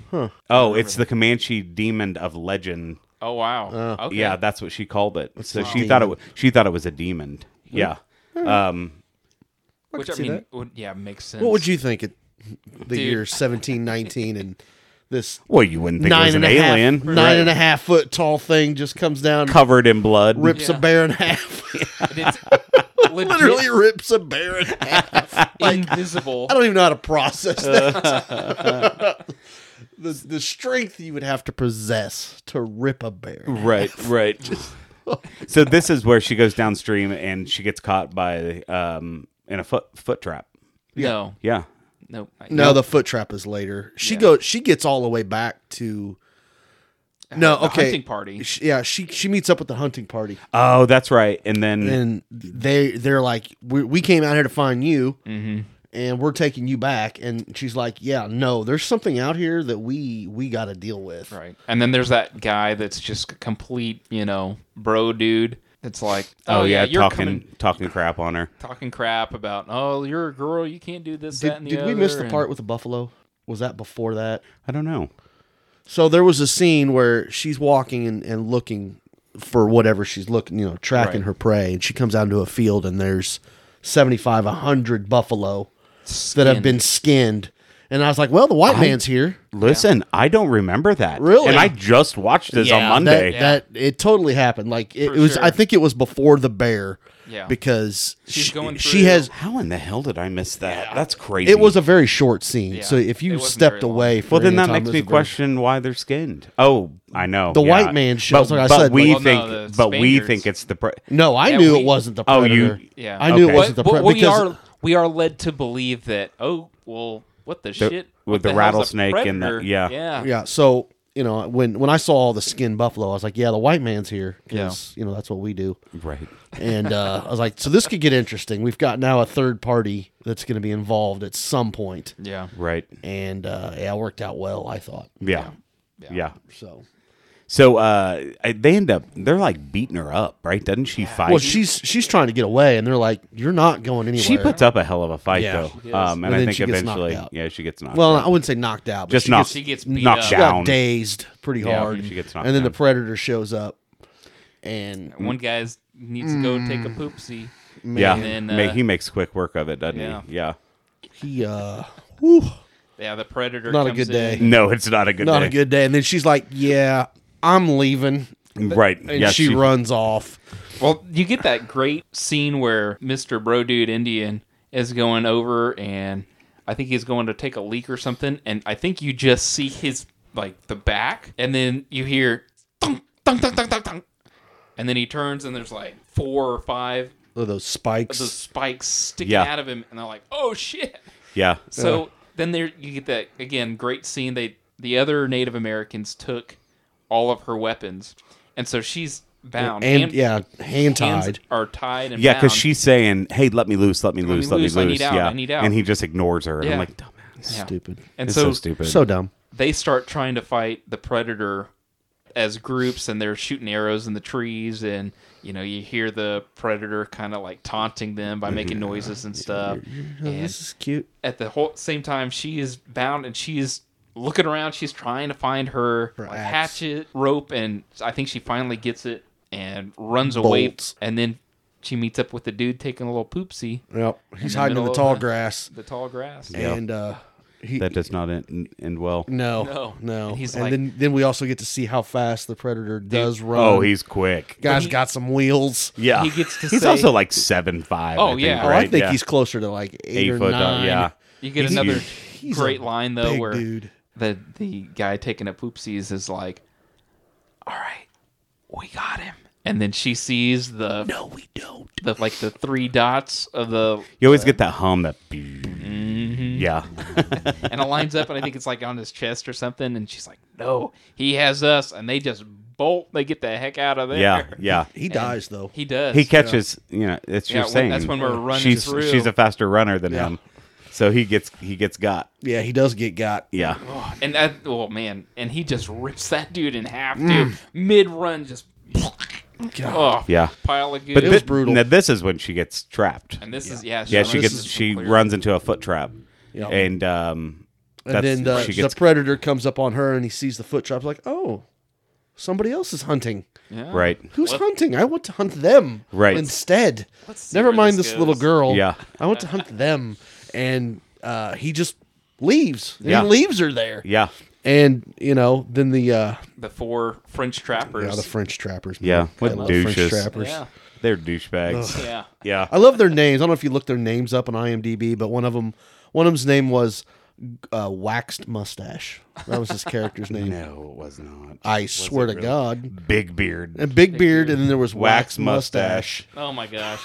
Oh, it's the Comanche demon of legend.
Oh wow.
Uh,
okay.
Yeah, that's what she called it. so
not
she
a
thought it
demon. Hmm.
was, she thought it was a demon. Yeah. Um,
Which I
see
mean,
that.
would, yeah, makes sense.
What would you think at the
Dude.
year 1719 and this
well, you wouldn't think it
nine
was an
and a half nine
alien.
and a half foot tall thing just comes down,
covered in blood.
rips
Yeah.
a bear in half.
It's legit
Literally rips a bear in half.
invisible.
I don't even know how to process that. the, the strength you would have to possess to rip a bear.
Mm.
Right, right. so this is where she goes downstream and she gets caught by um in a foot foot trap.
No,
Yeah.
no, I-
No, the foot trap is later. She goes. She gets all the way back to. No,
Uh, the
okay.
hunting party.
She, yeah, she she meets up with the hunting party,
Oh, that's right. And then
Mm-hmm.
and they they're like, "We, we came out here to find you," and we're taking you back and she's like yeah no there's something out here that we we got to deal with
Right. And then there's that guy that's just a complete, you know, bro dude. It's like, oh, yeah, you're
talking
coming
talking crap on her.
talking crap about, oh, you're a girl, you can't do this, that,
did,
and the
did we miss
other,"
the
and-
part with the buffalo was that before that
I don't know.
so there was a scene where she's walking and, and looking for whatever she's looking you know tracking
Right.
her prey and she comes out into a field and there's 75 100 buffalo that have been skinned and i was like well the white man's here
Listen, I don't remember that.
Really?
And I just watched this on
Yeah,
Monday.
That, that it totally happened. Like it,
For
it was.
sure.
I think it was before the bear.
Yeah.
Because
She's
she,
going
she
through-
has.
How in the hell did I miss that? That's crazy.
It was a very short scene.
Yeah,
So
it
if you
wasn't
stepped
very long.
away, for
Well, then
any
that
time,
makes
it
me
was a very-
question why they're skinned. Oh, I know.
The
Yeah.
white man shows,
But,
like I
but
said,
we
Well, Oh, no,
think,
the
but we
Spaniards.
think it's the. Pre-
No, I
Yeah,
knew
we-
it wasn't the
Oh,
predator.
you-
Yeah.
I knew
Okay.
it wasn't the
But- but
predator
we
because
are we are led to believe that oh well what the, shit
with
What
the
hell's a
rattlesnake and the-
predator?
yeah.
yeah
yeah. So you know when when I saw all the skinned buffalo, I was like, yeah, the white man's here. 'cause, you know that's what we do.
right.
And uh, I was like, so this could get interesting. We've got now a third party that's going to be involved at some point.
yeah
Right.
And uh, yeah, it worked out well, I thought.
Yeah. Yeah.
So
So uh, I- they end up, they're like beating her up, right? Doesn't she fight?
Well, she's she's trying to get away, and they're like, "You're not going anywhere."
she puts up a hell of a fight,
Yeah,
she
though. Um,
But
and I
then
think
she gets knocked
eventually,
out.
yeah, she gets knocked
well,
out.
I wouldn't say knocked out, but
Just
she
knocked,
gets-
she gets beat
knocked
up.
she
down.
got dazed pretty
Yeah,
hard,
she gets knocked
and then the
down.
predator shows up, and
one guy's needs to go
Mm.
take a poopsie
Mm. yeah.
and then,
Ma-
uh,
he makes quick work of it, doesn't
yeah.
he? Yeah.
he uh, whew,
yeah the predator
Not a
comes
good day.
in.
No, it's not a good
not
day.
a good day. And then she's like, "Yeah, I'm leaving,"
Right.
and
yeah,
she, runs off.
Well, you get that great scene where Mr. Bro Dude Indian is going over and I think he's going to take a leak or something and I think you just see his like the back and then you hear thunk, thunk, thunk, thunk, thunk, thunk. and then he turns and there's like four or five
Oh, those spikes.
of those spikes sticking
Yeah.
out of him and they're like, "Oh shit."
Yeah.
So then there you get that again great scene. They the other Native Americans took all of her weapons, and so she's bound
and,
Hand-
yeah, hand
hands
tied.
are tied and
Yeah, because
bound.
she's saying, "Hey, let me loose, let me
me
loose, let me
loose,
loose."
I need out,
yeah,
I need out.
and he just ignores her, and
Yeah.
I'm like, "Dumbass,
Yeah.
Stupid.
and
it's
so,
so, stupid."
So dumb.
they start trying to fight the predator as groups, and they're shooting arrows in the trees, and you know you hear the predator kind of like taunting them by making noises and stuff.
Oh,
And
this is cute.
at the whole same time she is bound and she's looking around she's trying to find her, like,
axe.
hatchet rope and i think she finally gets it and runs away
Bolts.
and then she meets up with the dude taking a little poopsie
Yep, he's
the
hiding in
middle
the
of
tall
the-
grass,
the tall grass
Yeah.
and uh, he
that does not end, end well.
No,
No.
no, no.
And he's
and
like-
then then we also get to see how fast the predator does run.
Oh, he's quick.
guy's
he-
got some wheels.
Yeah,
He gets to
He's
say-
also like seven five.
Oh,
I think,
yeah.
Oh,
All
right?
I think
Yeah.
he's closer to like eight, or
foot. uh,
nine.
Yeah,
you get
He's
another
huge.
He's a
great line though
big
where
dude.
the the guy taking a poopsies is like all right we got him and then she sees the
No, we don't.
the like the three dots of the
you always get that hum that.
Mm-hmm.
Yeah,
and it lines up, and I think it's like on his chest or something. And she's like, "No, he has us," and they just bolt. They get the heck out of there.
yeah, yeah.
He dies though.
He does.
He catches. You know, it's
Yeah,
your
when-
saying.
that's when we're running
She's
through.
she's a faster runner than
Yeah.
him, so he gets he gets got.
yeah, he does get got.
Yeah,
and that. Oh man, and he just rips that dude in half,
Mm.
dude. Mid run, just. Oh
Yeah.
pile of goo.
but thi-
brutal.
Now this is when she gets trapped.
and this is yeah.
Yeah,
runs
she gets
into some
she
clear-
runs into a foot trap,
Yep.
and um,
And
that's-
then uh, the,
she
the
gets
predator comes up on her and he sees the foot trap. Like, oh, somebody else is hunting.
Yeah.
right.
Who's hunting? I want to hunt them
Right.
instead.
Let's see
Never
where
mind
this
this, little
goes.
girl.
Yeah.
I want to hunt them. And uh, he just leaves.
Yeah.
He leaves her there.
Yeah,
And, you know, then the uh,
The four French trappers.
Yeah, the French trappers. man.
Yeah, what
I love
douches.
French trappers.
yeah.
they're douchebags.
yeah.
Yeah,
I love their names. I don't know if you looked their names up on IMDb, but one of them, one of them's name was uh, Waxed Mustache. That was his character's name.
no, it was not.
I swear to God.
Big beard.
And big, beard, and then there was
Wax
Wax Mustache,
Oh my gosh.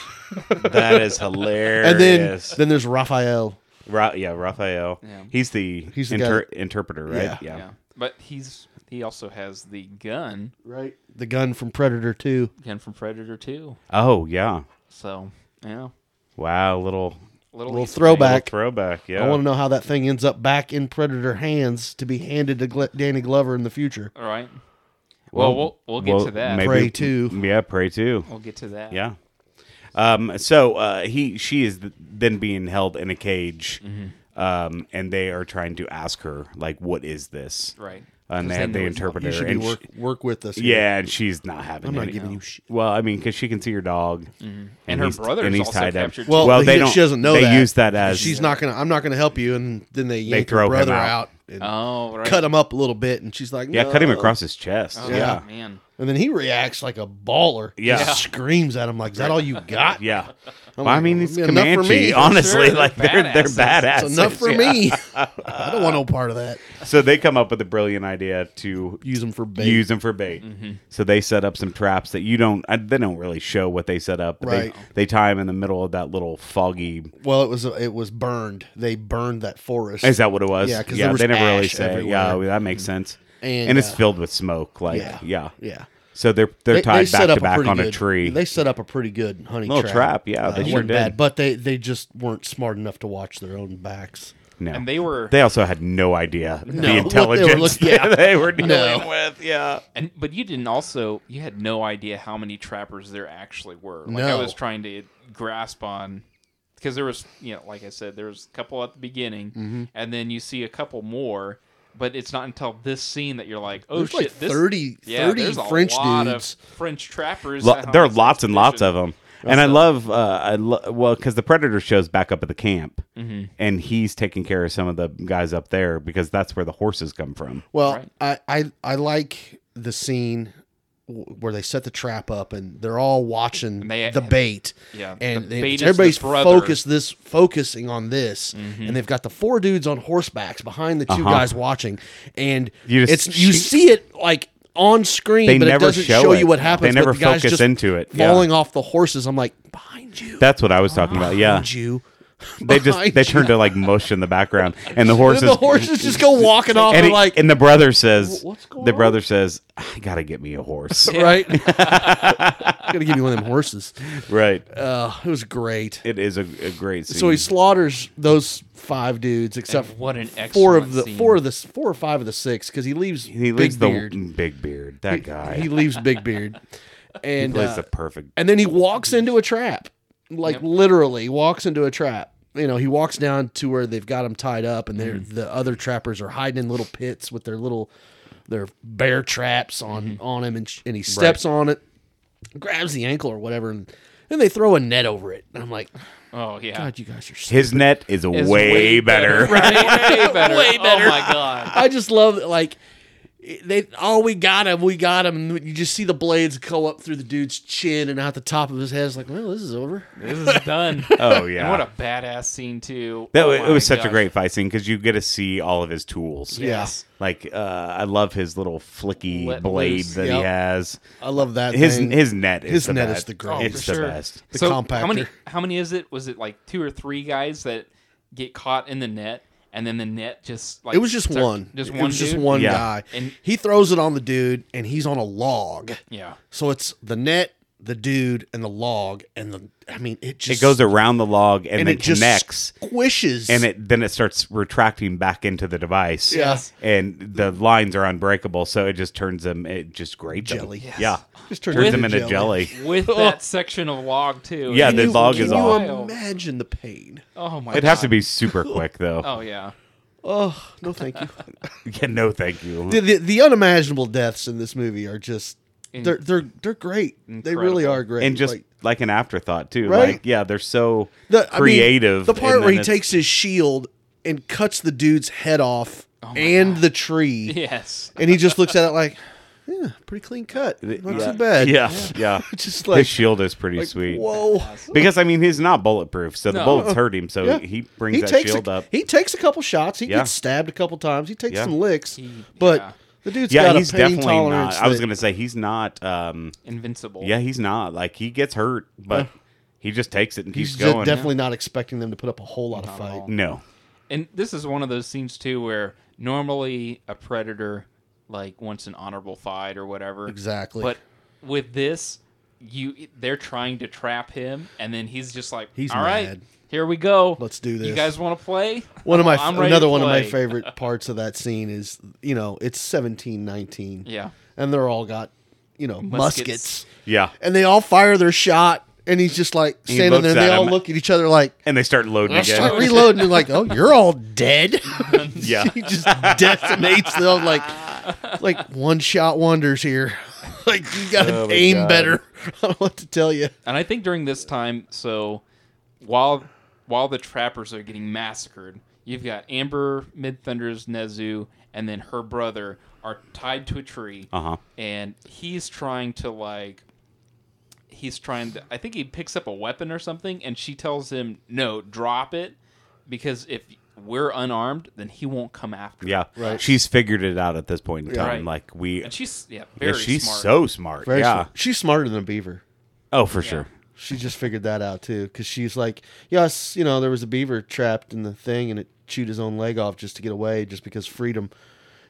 that is hilarious.
and then then there's Raphael.
Ra- yeah, Raphael.
Yeah.
He's the
He's the
inter- interpreter, right?
Yeah.
Yeah. But he's he also has the gun
Right, the gun from Predator Two.
gun from Predator Two.
Oh yeah.
So yeah.
Wow, little
Little,
Little
Easter egg.
throwback.
Throwback. Yeah.
I want to know how that thing ends up back in Predator hands to be handed to Gle- Danny Glover in the future.
All right. Well, we'll we'll get to that.
maybe-
Prey two.
Yeah, pray too.
We'll get to that.
Yeah. Um, so uh, he she is th- then being held in a cage,
Mm-hmm.
um, and they are trying to ask her like, "What is this?" Uh,
Right.
And they
'Cause
have
they
the
know it's not-
interpreter.
You should be
and she-
work, work with us. here.
yeah, and she's not having.
I'm
it.
not giving you shit.
Well, I mean, because she can see your dog, and,
Mm-hmm. her
he's-
brother's
and he's
also
tied up.
captured, too.
Well,
well,
he-
they don't.
she doesn't know
They
that.
use that as
she's not gonna. I'm not gonna help you. And then they yank
throw
her
him
brother out,
out.
and
Oh, right.
cut him up a little bit, and she's like,
Yeah, cut him
"No."
across his chest.
Oh,
yeah.
man.
And then he reacts like a baller.
Yeah.
Just screams at him like, "Is that all you got?"
Yeah.
I'm
Well, I
like,
mean, it's
"Enough for me,
Comanche.
for
honestly,
sure. They're
like they're they're
badasses.
badasses.
It's enough for
Yeah.
me. I don't want no part of that.
So they come up with a brilliant idea to
Use him for bait.
use them for bait.
Mm-hmm.
So they set up some traps that you don't. I, they don't really show what they set up. But
Right.
They, they tie him in the middle of that little foggy.
well, it was it was burned. They burned that forest.
Is that what it was?
Yeah, 'cause
yeah.
there was
they never really
ash
say. Yeah,
everywhere. Mm-hmm.
well, that makes sense.
And,
And, it's
uh,
filled with smoke. Like yeah.
yeah. Yeah.
So they're they're
They- they
tied
set
back
up
to back
pretty
on a
good-
tree.
They set up a pretty good honey
Little trap,
trap. Uh,
yeah, they
it
sure
wasn't
did.
Bad, but they they just weren't smart enough to watch their own backs.
no.
And they were
They also had no idea
No, what
the
they were
intelligence
looking-
that
yeah.
they were dealing
No.
with. Yeah.
And but you didn't also you had no idea how many trappers there actually were. Like I
No.
was trying to grasp on because there was you know like I said there was a couple at the beginning
Mm-hmm.
and then you see a couple more, but it's not until this scene that you're like oh
There's
shit
like
this
30
yeah,
30
there's a
French
lot
dudes.
of French trappers.
Lo-
out on
there are
this
lots and lots of
expedition.
them. And I love, uh, I lo- well, because the predator shows back up at the camp, and he's taking care of some of the guys up there because that's where the horses come from.
Well,
Right.
I, I I like the scene w- where they set the trap up and they're all watching
And they-
the bait.
Yeah,
and
the
they-
bait is the
everybody's
brother.
focused this focusing on this, and they've got the four dudes on horsebacks behind the 2
Mm-hmm. Uh-huh.
guys watching, and
You just
it's you
shoot-
see it like on screen,
They
but
never
it doesn't
show
show,
it.
you what happens.
They never
but the guys
focus
just
into it. Yeah.
Falling off the horses, I'm like behind you,
That's what I was talking about. Yeah,
behind you.
they just
behind
they
you."
turn to like mush in the background, and the
And
horses
then the horses just go walking off and
and, he-
like
and the brother says,
"Wh- what's going
the
on?"
brother says, I gotta get me a horse,
right. Gotta give you one of them horses.
right?
Uh, it was great.
It is a, a great scene.
So he slaughters those five dudes, except
And what an
four
excellent
of the
scene.
four of the four or five of the six, because he leaves
he leaves
Big
the
Beard.
big beard. That guy
He leaves Big Beard, and
plays
uh,
the perfect
and then he walks into a trap, like literally walks into a trap. You know, he walks down to where they've got him tied up, and they're,
Mm-hmm.
the other trappers are hiding in little pits with their little their bear traps on
Mm-hmm.
on him, and, sh- and he steps on it, grabs the ankle or whatever, and then they throw a net over it. And I'm like,
Oh yeah,
God, you guys are so
His net is, way, better.
Way better.
Way better.
Oh my god.
I just love like they oh we got him we got him and you just see the blades go up through the dude's chin and out the top of his head it's like well this is over
This is done.
Oh yeah.
And what a badass scene too.
that
Oh
wa- it was
my
such a
gosh.
great fight scene because you get to see all of his tools.
Yes.
Like uh, I love his little flicky
Let
blade
loose.
that he
Yep.
has.
I love that
His
thing.
his net is
His
the
net is
best.
the greatest.
Oh,
It's
for
the
sure.
best.
The
How many?
compactor.
How many is it? Was it like two or three guys that get caught in the net, and then the net just like
it was just
start-
one
just
it
one,
was just
dude?
one
Yeah.
guy
And-
and he throws it on the dude and he's on a log
Yeah,
so it's the net the dude and the log and the I mean it
It
just
goes around the log and,
and
then
it just
connects.
squishes
and it then it starts retracting back into the device.
Yeah.
And the lines are unbreakable, so it just turns them. It just grates them.
Jelly. Yes.
Yeah.
just turns,
Turns
him
them into jelly.
with that section of log too.
Yeah,
It's
the
Can you-
log
can
is
you
off.
imagine the pain
Oh my.
It'd
god.
have to be super quick though.
Oh yeah.
oh no thank you
Yeah, no, thank you.
the, the the unimaginable deaths in this movie are just
In-
they're they're they're great. They really
Incredible.
are great.
and just like,
Like,
an afterthought too.
Right?
Like yeah, they're so
the, I mean,
creative.
the part
and
where
then
he
it's-
takes his shield and cuts the dude's head off
Oh
and the tree,
Yes.
and he just looks at it like, yeah, pretty clean cut, not
yeah.
too bad.
Yeah, yeah.
just like,
his shield is pretty
like,
sweet.
Whoa,
Because I mean, he's not bulletproof, so the
No.
bullets hurt him. So
Yeah.
he brings
he
that
takes
shield
a,
up.
he takes a couple shots. He
Yeah.
gets stabbed a couple times. He takes
Yeah.
some licks,
He-
but
yeah.
the dude's
yeah,
got
he's
a pain
definitely
tolerance.
not. I was
that-
gonna say he's not. Um,
Invincible.
yeah, he's not. Like he gets hurt, but he just takes it and
He's
keeps
just
going.
definitely not expecting them to put up a whole lot of
at
fight.
all.
no.
And this is one of those scenes too where normally a predator like wants an honorable fight or whatever.
Exactly.
But with this, you they're trying to trap him, and then he's just like,
He's
"All right,
mad.
here we go.
Let's do
You
this."
guys want to play?
One of my
I'm ready
another
to
one of my
play.
favorite parts of that scene is you know it's seventeen nineteen
Yeah,
and they're all got you know
Muskets.
muskets,
Yeah.
and they all fire their shot and he's just like
He
standing
looks
there and they
at
all
him.
look at each other like
And they start loading
let's start
again.
reloading and like oh you're all dead
Yeah.
he just decimates them like like one shot wonders here like you gotta
Oh my
aim
God.
better I don't know what to tell you
and I think during this time, so while while the trappers are getting massacred, you've got Amber, Mid Thunder's Nezu, and then her brother are tied to a tree,
Uh-huh.
and he's trying to like. He's trying to. I think he picks up a weapon or something, and she tells him, "No, drop it, because if we're unarmed, then he won't come after."
Yeah.
Right.
She's figured it out at this point in time.
Right.
Like we
and she's yeah,
Yeah,
very
she's
smart.
so smart.
Very
yeah.
smart. she's smarter than a beaver
Oh, for sure.
she just figured that out too because she's like yes you know there was a beaver trapped in the thing and it chewed his own leg off just to get away just because freedom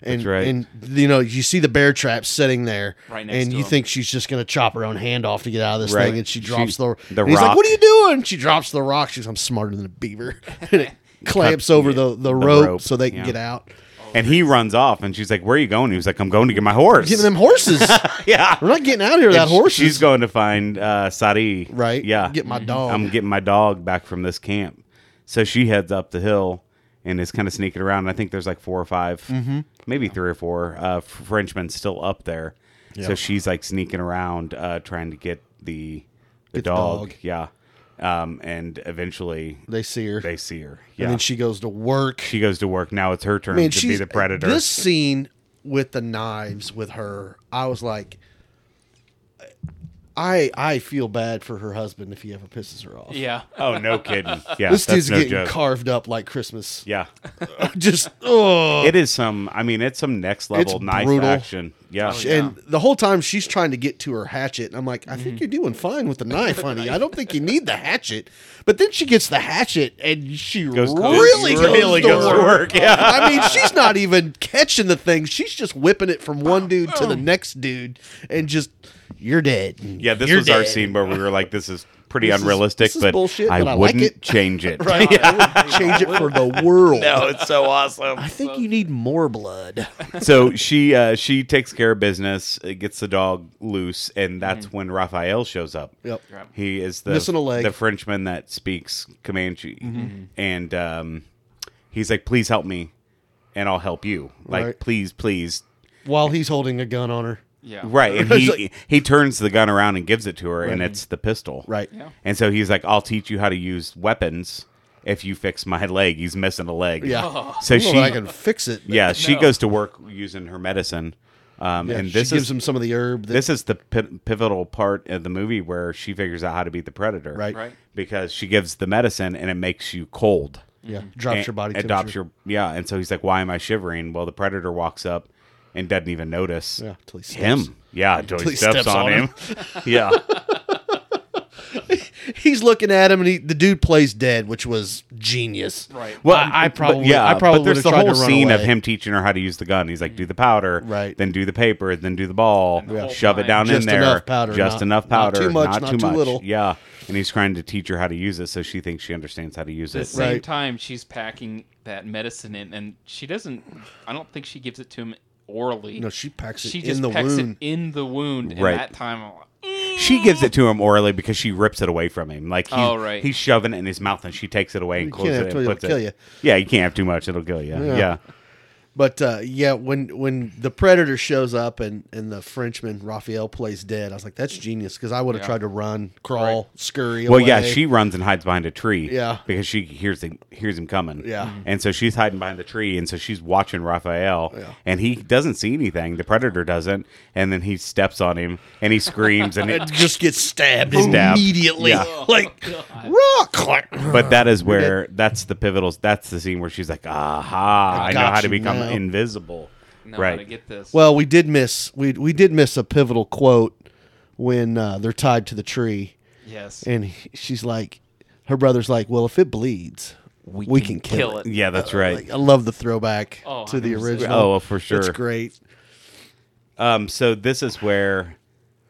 and
That's right.
and you know you see the bear trap sitting there
Right next
and
to
you
him.
think she's just gonna chop her own hand off to get out of this
Right.
thing and she drops
She-
the,
the
and he's
rock.
like what are you doing she drops the rock she's i'm smarter than a beaver and it clamps over the, the, rope,
rope,
so they can
yeah.
get out
Oh, And he runs off, and she's like, "Where are you going?" He was like, "I'm going to get my horse."
getting them horses
yeah,
we're not getting out of here that
And sh-
horse
She's going to find uh, Sadi.
right
Yeah.
get
Mm-hmm.
my dog
I'm getting my dog back from this camp. So she heads up the hill and is kind of sneaking around. And I think there's like four or 5
Mm-hmm.
maybe three or four uh, Frenchmen still up there. So she's like sneaking around, uh, trying to get the the,
the
dog.
dog.
Yeah. Um, and eventually
they see her
they see her. Yeah.
and then she goes to work
she goes to work. Now it's her turn
Man,
to be
she's-
the predator.
This scene with the knives with her, I was like, I I feel bad for her husband if he ever pisses her off.
yeah.
oh, no kidding. Yeah.
this
that's
dude's
no
getting
joke.
carved up like Christmas.
yeah.
Just oh,
It is some, I mean, it's some next level knife
brutal.
action. Yeah. Mm-hmm.
Oh, yeah.
and the whole time she's trying to get to her hatchet, and I'm like, I think you're doing fine with the knife, honey. I don't think you need the hatchet. But then she gets the hatchet, and she
Goes to-
really, goes,
really
to
goes to
work.
work. Yeah.
I mean, she's not even catching the thing. She's just whipping it from one dude to the next dude and just, you're dead.
Oh. Yeah, this
You're
was our
dead.
scene where we were like, "This is pretty
This is-
unrealistic,"
this is
but
bullshit,
I
but I like
wouldn't
it.
change it.
Right? I would change it for the world.
No, it's so awesome.
I think you need more blood.
so she uh, she takes care of business, uh, gets the dog loose, and that's when Raphael shows up.
Yep.
Right.
He is the
Missing a leg.
the Frenchman that speaks Comanche, Mm-hmm. and um, he's like, "Please help me, and I'll help you." Like,
Right.
please, please.
While he's holding a gun on her.
Yeah.
Right, and
Oh. It's
he
like-
he turns the gun around and gives it to her, and it's the pistol.
Right.
Yeah.
And so he's like, I'll teach you how to use weapons if you fix my leg. He's missing a leg.
Yeah.
So
I don't know that I
she,
can fix it. but-
yeah, she
No.
goes to work using her medicine. Um,
Yeah,
and this
she gives
is
him some of the herb. That,
this is the pi- pivotal part of the movie where she figures out how to beat the predator.
Right.
Right.
Because she gives the medicine and it makes you cold.
yeah, drops
And-
your body temperature.
it drops your yeah. And so he's like, why am I shivering? Well, the predator walks up and doesn't even notice.
Yeah, till he steps.
Him, yeah, until he steps, on, him. yeah,
He's looking at him, and he, the dude plays dead, which was genius.
Right.
Well, I, I
Um, but
probably, I probably
but there's
would've
the
tried
whole
to run
scene of
away.
him teaching her how to use the gun. He's like, do the powder,
Right.
Then do the paper, then do the ball,
the whole
shove it
time.
down in
Just
there,
enough powder,
just
not- not
enough powder,
too much, not too
much.
little.
Yeah, and he's trying to teach her how to use it, so she thinks she understands how to use
the
it.
same
Right.
time she's packing that medicine in and she doesn't i don't think she gives it to him orally
No, she packs it
she
in
just
the
packs
wound.
it in the wound
Right.
and that time I'm like, "Mm,
She gives it to him orally because she rips it away from him. Like he's,
Oh, right.
he's shoving it in his mouth, and she takes it away and
You
closes
can't have
it
too-
and
it'll
puts it.
kill you.
Yeah, you can't have too much; it'll kill you.
Yeah.
yeah.
But uh, yeah, when when the predator shows up and and the Frenchman Raphael plays dead, I was like, that's genius because I would have
Yeah.
tried to run, crawl, scurry.
Well,
away.
yeah, she runs and hides behind a tree.
Yeah.
because she hears him hears him coming.
Yeah.
Mm-hmm.
Mhm.
and so she's hiding behind the tree, and so she's watching Raphael.
Yeah.
and he doesn't see anything. The predator doesn't, and then he steps on him, and he screams, and it,
just gets stabbed,
Stabbed.
immediately.
Yeah.
Like
Oh,
rock.
but that is where that's the pivotal. That's the scene where she's like, "Aha! I,
I
know
got
how to
you
become
now."
invisible."
no how to
right.
get this
Well, we did miss we we did miss a pivotal quote when uh, they're tied to the tree,
yes
and he- she's like, her brother's like, well, if it bleeds, we, can, kill, it.
Yeah, that's right.
Like, I love the throwback
Oh,
to the
100%.
original.
Oh, well, for sure.
It's great.
Um, so this is where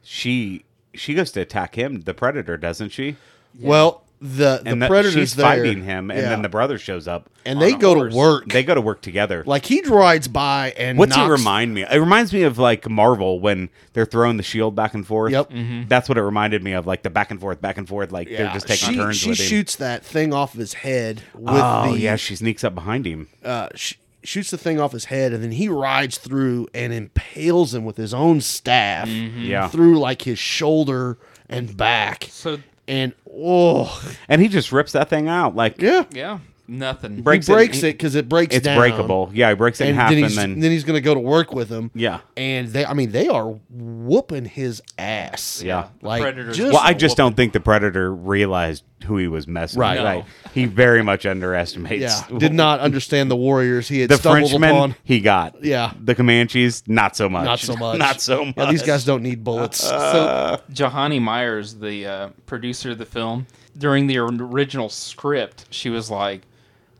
she she goes to attack him, the predator, doesn't she?
Well, the the
And that-
predator's
she's
there,
fighting him, and
Yeah.
then the brother shows up.
and
on
they
a
go
horse.
to work.
They go to work together.
like he rides by and
What's
knocks,
it remind me? It reminds me of like Marvel when they're throwing the shield back and forth.
Yep.
That's what it reminded me of, like the back and forth, back and forth, like they're just taking
she,
turns
She
with him.
shoots that thing off of his head with
oh
the
yeah, she sneaks up behind him.
uh, sh- shoots the thing off his head, and then he rides through and impales him with his own staff
Mm-hmm. Yeah.
through like his shoulder and back.
So
And oh,
And he just rips that thing out. Like
yeah,
yeah, nothing.
Breaks
he
it-
breaks it because it breaks.
it's
down,
breakable. Yeah, he breaks it in
and
half
then
and
he's
then,
then he's gonna go to work with him.
Yeah.
and they, I mean, they are whooping his ass.
Yeah.
The
like
Predators-
just
Well, I just don't think the predator realized who he was messing
Right.
with.
No.
Like, he very much underestimates.
yeah did not understand the warriors he had
the
stumbled
Frenchmen
upon.
he got.
Yeah.
The Comanches, not so much.
Not so much.
not so much. Uh,
Yeah, these guys don't need bullets.
So Johanny Myers, the uh, producer of the film, during the original script, she was like,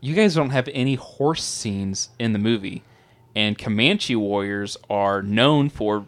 "You guys don't have any horse scenes in the movie, and Comanche warriors are known for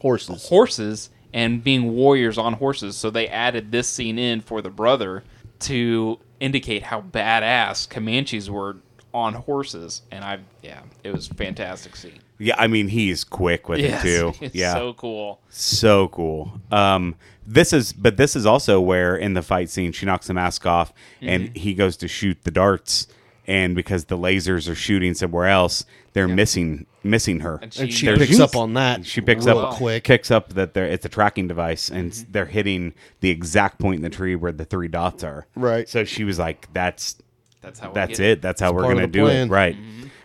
Horses.
horses and being warriors on horses. So they added this scene in for the brother to indicate how badass Comanches were on horses. And I, yeah, it was a fantastic scene.
Yeah, I mean he's quick with
Yes,
it too.
it's
yeah.
so cool.
So cool. Um, this is, but this is also where in the fight scene she knocks the mask off, and
Mm-hmm.
he goes to shoot the darts, and because the lasers are shooting somewhere else, they're missing missing her.
And she-
And she
There's
picks
use-
up on that.
She picks
real
up
quick.
picks up that they're it's a tracking device, and
Mm-hmm.
s- they're hitting the exact point in the tree where the three dots are.
Right.
So she was like, "That's
That's how. we
that's
get
it. That's how we're
part of
gonna
the
do
plan.
it, right?"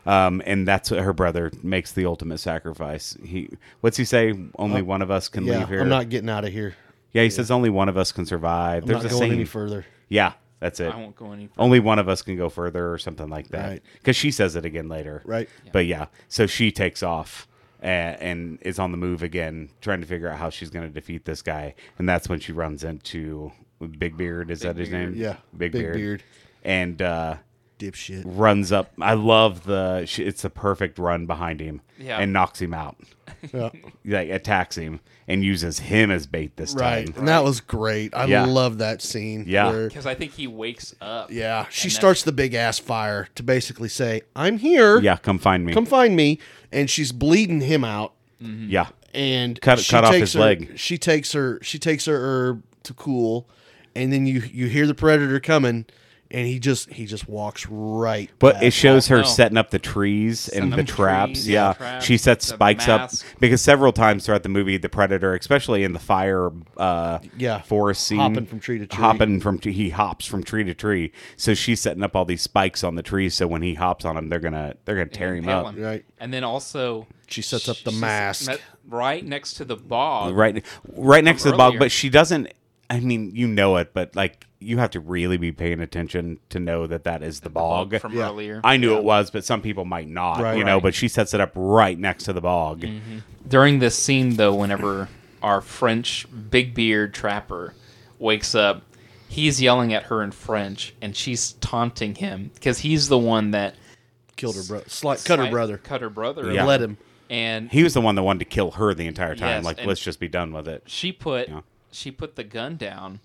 Um, and that's what her brother makes the ultimate sacrifice. He, what's he say? Only one of us can
Uh, Yeah,
leave here.
I'm not getting out of here.
yeah, he says only one of us can survive.
I'm
There's
not
a
going any
saying.
further.
yeah, that's it.
I won't go any.
Only one of us can go further, or something like that.
Right.
Because she says it again later.
Right.
But yeah, so she takes off a- and is on the move again, trying to figure out how she's going to defeat this guy. And that's when she runs into Big Beard. Is that his
Beard.
name?
Yeah,
Big,
Big
Beard.
Beard.
And uh,
Dipshit.
runs up. I love the. she- It's a perfect run behind him.
Yeah.
And knocks him out.
Yeah.
Like attacks him and uses him as bait this
Right.
time.
And that was great. I
Yeah.
love that scene.
Yeah.
where-
Because I think he wakes up.
yeah. She
And that's-
starts the big ass fire to basically say, I'm here.
Yeah, come find me.
Come find me. And she's bleeding him out.
yeah.
and
Cut-
she
cut off
takes
his
her-
leg.
She takes her she takes her herb to cool, and then you you hear the predator coming, and he just he just walks right.
But
back.
it shows her
no.
setting up the trees and
Oh. up
the
the
traps.
trees, the
yeah.
traps,
she sets
the
spikes up
mask.
because several times throughout the movie, the predator, especially in the fire, uh,
Yeah.
forest scene,
Hopping from tree to tree.
hopping from t- he hops from tree to tree. So she's setting up all these spikes on the trees. So when he hops on them, they're gonna they're gonna tear him
impale
up.
him.
Right.
And then also
She sets up the
she's
mask.
met- right next to the bog.
right right next to the bog
earlier.
but she doesn't i mean you know it but like you have to really be paying attention to know that that is the bog,
bog from earlier.
i knew it was but some people might not
Right.
you know
Right. Mm-hmm.
but she sets it up right next to the bog
During this scene, though, whenever our French big beard trapper wakes up, he's yelling at her in French, and she's taunting him because he's the one that
Killed her brother. Sli- cut her
like,
brother.
cut her brother,
Yeah.
Let him.
and
he was the one that wanted to kill her the entire time
Yes,
like
and-
let's just be done with it
she put
Yeah.
she put the gun down,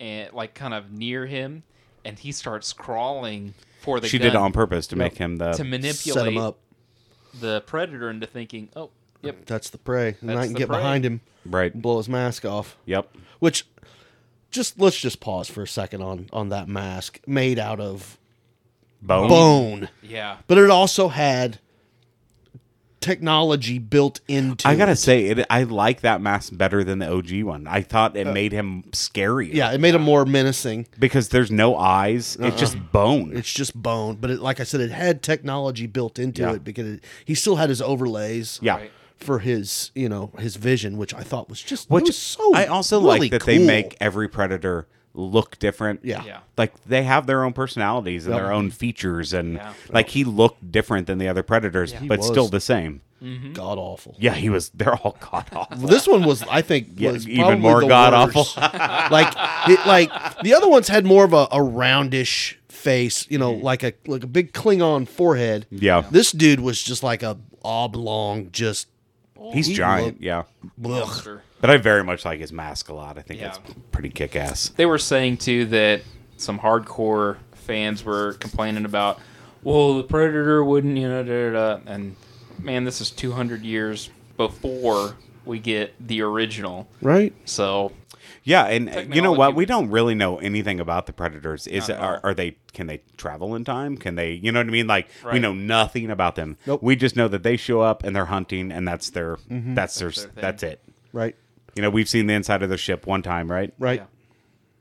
and like kind of near him, and he starts crawling for the
she
gun
did it on purpose to make him the
to manipulate
Set him up.
the predator into thinking, oh, yep,
That's the prey. And
That's
I can
the
get
prey.
behind him.
right
and Blow his mask off.
yep
Which, just let's just pause for a second on on that mask made out of
bone,
bone,
yeah,
but it also had technology built into.
I gotta
it.
say, it, I like that mask better than the OG one. I thought it made him scarier.
Uh, Yeah, it made him more menacing.
because there's no eyes; it's just bone.
It's just bone, but it, like I said, it had technology built into
Yeah.
it because it, he still had his overlays.
yeah,
Right.
For his, you know, his vision, which I thought was just
Which
it was so.
I also
really
like that they
cool.
make every predator look different.
Yeah.
yeah.
Like they have their own personalities and their own features and
Yeah.
like he looked different than the other predators, but
was.
still the same.
Mm-hmm.
god awful.
Yeah, he was they're all god awful.
This one was, I think,
Yeah,
was
even
probably
more
the
god-awful.
worst. like, it, like the other ones had more of a, a roundish face, you know, like a like a big Klingon forehead.
Yeah.
This dude was just like a oblong, just
He's giant, yeah.
Monster.
But I very much like his mask a lot. I think
Yeah.
it's pretty kick ass.
They were saying too that some hardcore fans were complaining about, well, the Predator wouldn't, you know, da, da, da. and man, this is 200 years before we get the original.
right?
So
Yeah, and uh, you know
Technology-
what? We don't really know anything about the predators. Is
Not at
are,
all.
are they can they travel in time? Can they you know what I mean? Like we
Right.
know nothing about them.
Nope. Mm-hmm.
We just know that they show up and they're hunting and that's their that's, their,
their thing.
that's it.
Right.
You know, we've seen the inside of their ship one time, right?
Right. Mm-hmm.
yeah.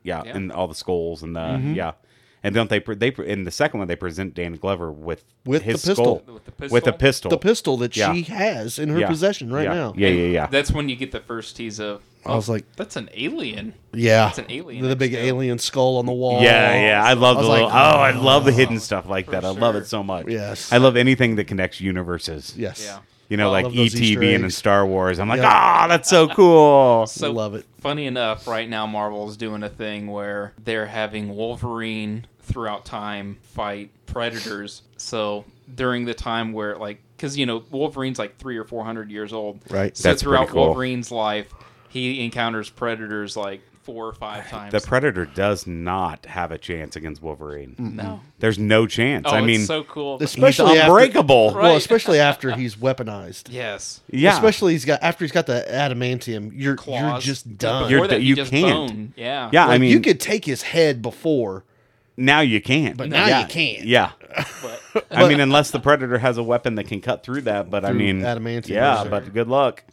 Yeah,
Yeah.
and all the skulls and the yeah. And don't they pre- they pre- in the second one they present Dan Glover with
With
his
the pistol.
skull
With the
with a
pistol?
pistol
The pistol that
Yeah.
she has in her
Yeah.
possession right
Yeah.
now.
Yeah, yeah, yeah.
that's when you get the first tease of. oh,
I was like-
that's an alien.
Yeah.
It's an alien
The big
next to-
alien skull on the wall.
Yeah, yeah. I love
I was
the little,
like,
oh, I love the hidden stuff like that. I love
sure.
it so much.
Yes.
I love anything that connects universes.
Yes. Oh,
Yeah.
You know,
I
like
love
E.T.
those Easter
being in
eggs.
Star Wars. I'm like,
Yeah.
ah, that's so cool.
So
Love it.
Funny enough, right now Marvel's doing a thing where they're having Wolverine throughout time fight predators. So during the time where like cuz you know Wolverine's like 3 or 400 years old.
Right.
So
That's pretty
throughout
cool.
Wolverine's life, he encounters predators like 4 or 5 times.
The Predator does not have a chance against Wolverine.
no.
There's no chance.
Oh,
I mean,
it's so cool.
he's
Especially after-
unbreakable.
Right.
Well, especially after he's weaponized.
yes.
Yeah.
Especially he's got after he's got the adamantium, you're you're
Claws.
just done.
You're
Before that,
d-
you
you
just
can't.
bone. Yeah.
yeah,
Like,
I mean,
you could take his head before,
now you can't.
but now
yeah.
you can't.
Yeah.
But
I mean, unless the Predator has a weapon that can cut through that, but I
Through
mean,
adamantium,
yeah,
sure.
but good luck.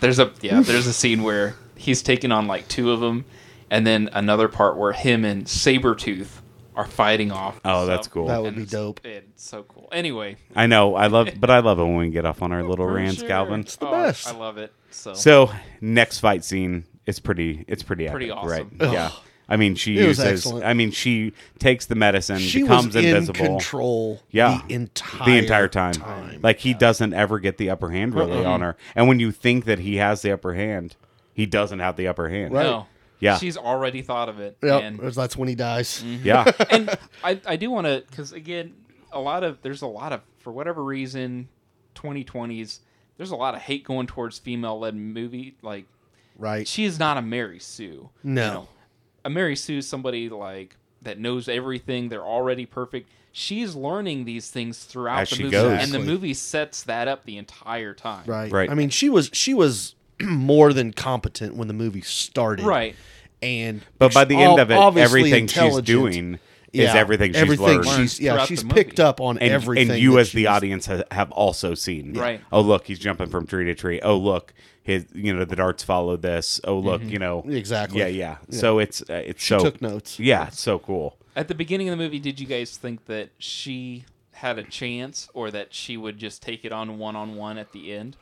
There's a yeah, there's a scene where he's taking on like two of them, and then another part where him and Sabretooth are fighting off.
Oh, that's cool.
That would
and
be
it's-
dope.
It's so cool. Anyway,
I know. I love, but I love it when we get off on our little
Oh, for
rants,
sure.
Calvin.
the
Oh,
best.
I love it. So,
So next fight scene, it's pretty. It's pretty.
Pretty
epic,
awesome.
right?
Ugh.
Yeah. I mean, she
It was
uses.
excellent.
I mean, she takes the medicine,
She
becomes
was in
invisible
control
Yeah.
the entire
the entire time. Like he doesn't ever get the upper hand really on her. And when you think that he has the upper hand, he doesn't have the upper hand.
Right.
no,
Yeah.
she's already thought of it.
Yep,
And,
that's when he dies.
Yeah.
and I I do want to because again, a lot of there's a lot of for whatever reason, 2020s. There's a lot of hate going towards female-led movie like
Right.
she is not a Mary Sue.
No.
a Mary Sue is somebody like that knows everything. They're already perfect. She's learning these things throughout
As
the
she
movie,
goes.
and the
Exactly.
movie sets that up the entire time.
Right.
Right.
I mean, she was she was more than competent when the movie started.
Right.
And
But by the
ob-
end of it,
obviously
everything she's
intelligent.
doing is
Yeah,
everything she's learned.
she's- yeah,
Throughout
she's
the movie.
picked up on
and,
everything.
and you
that
as the
she's-
audience ha- have also seen
Right.
oh look he's jumping from tree to tree oh look his you know the darts follow this oh look you know
Mm-hmm. Exactly.
yeah yeah, so it's uh, it's so
took notes.
yeah it's so cool
At the beginning of the movie, did you guys think that she had a chance, or that she would just take it on one on one at the end?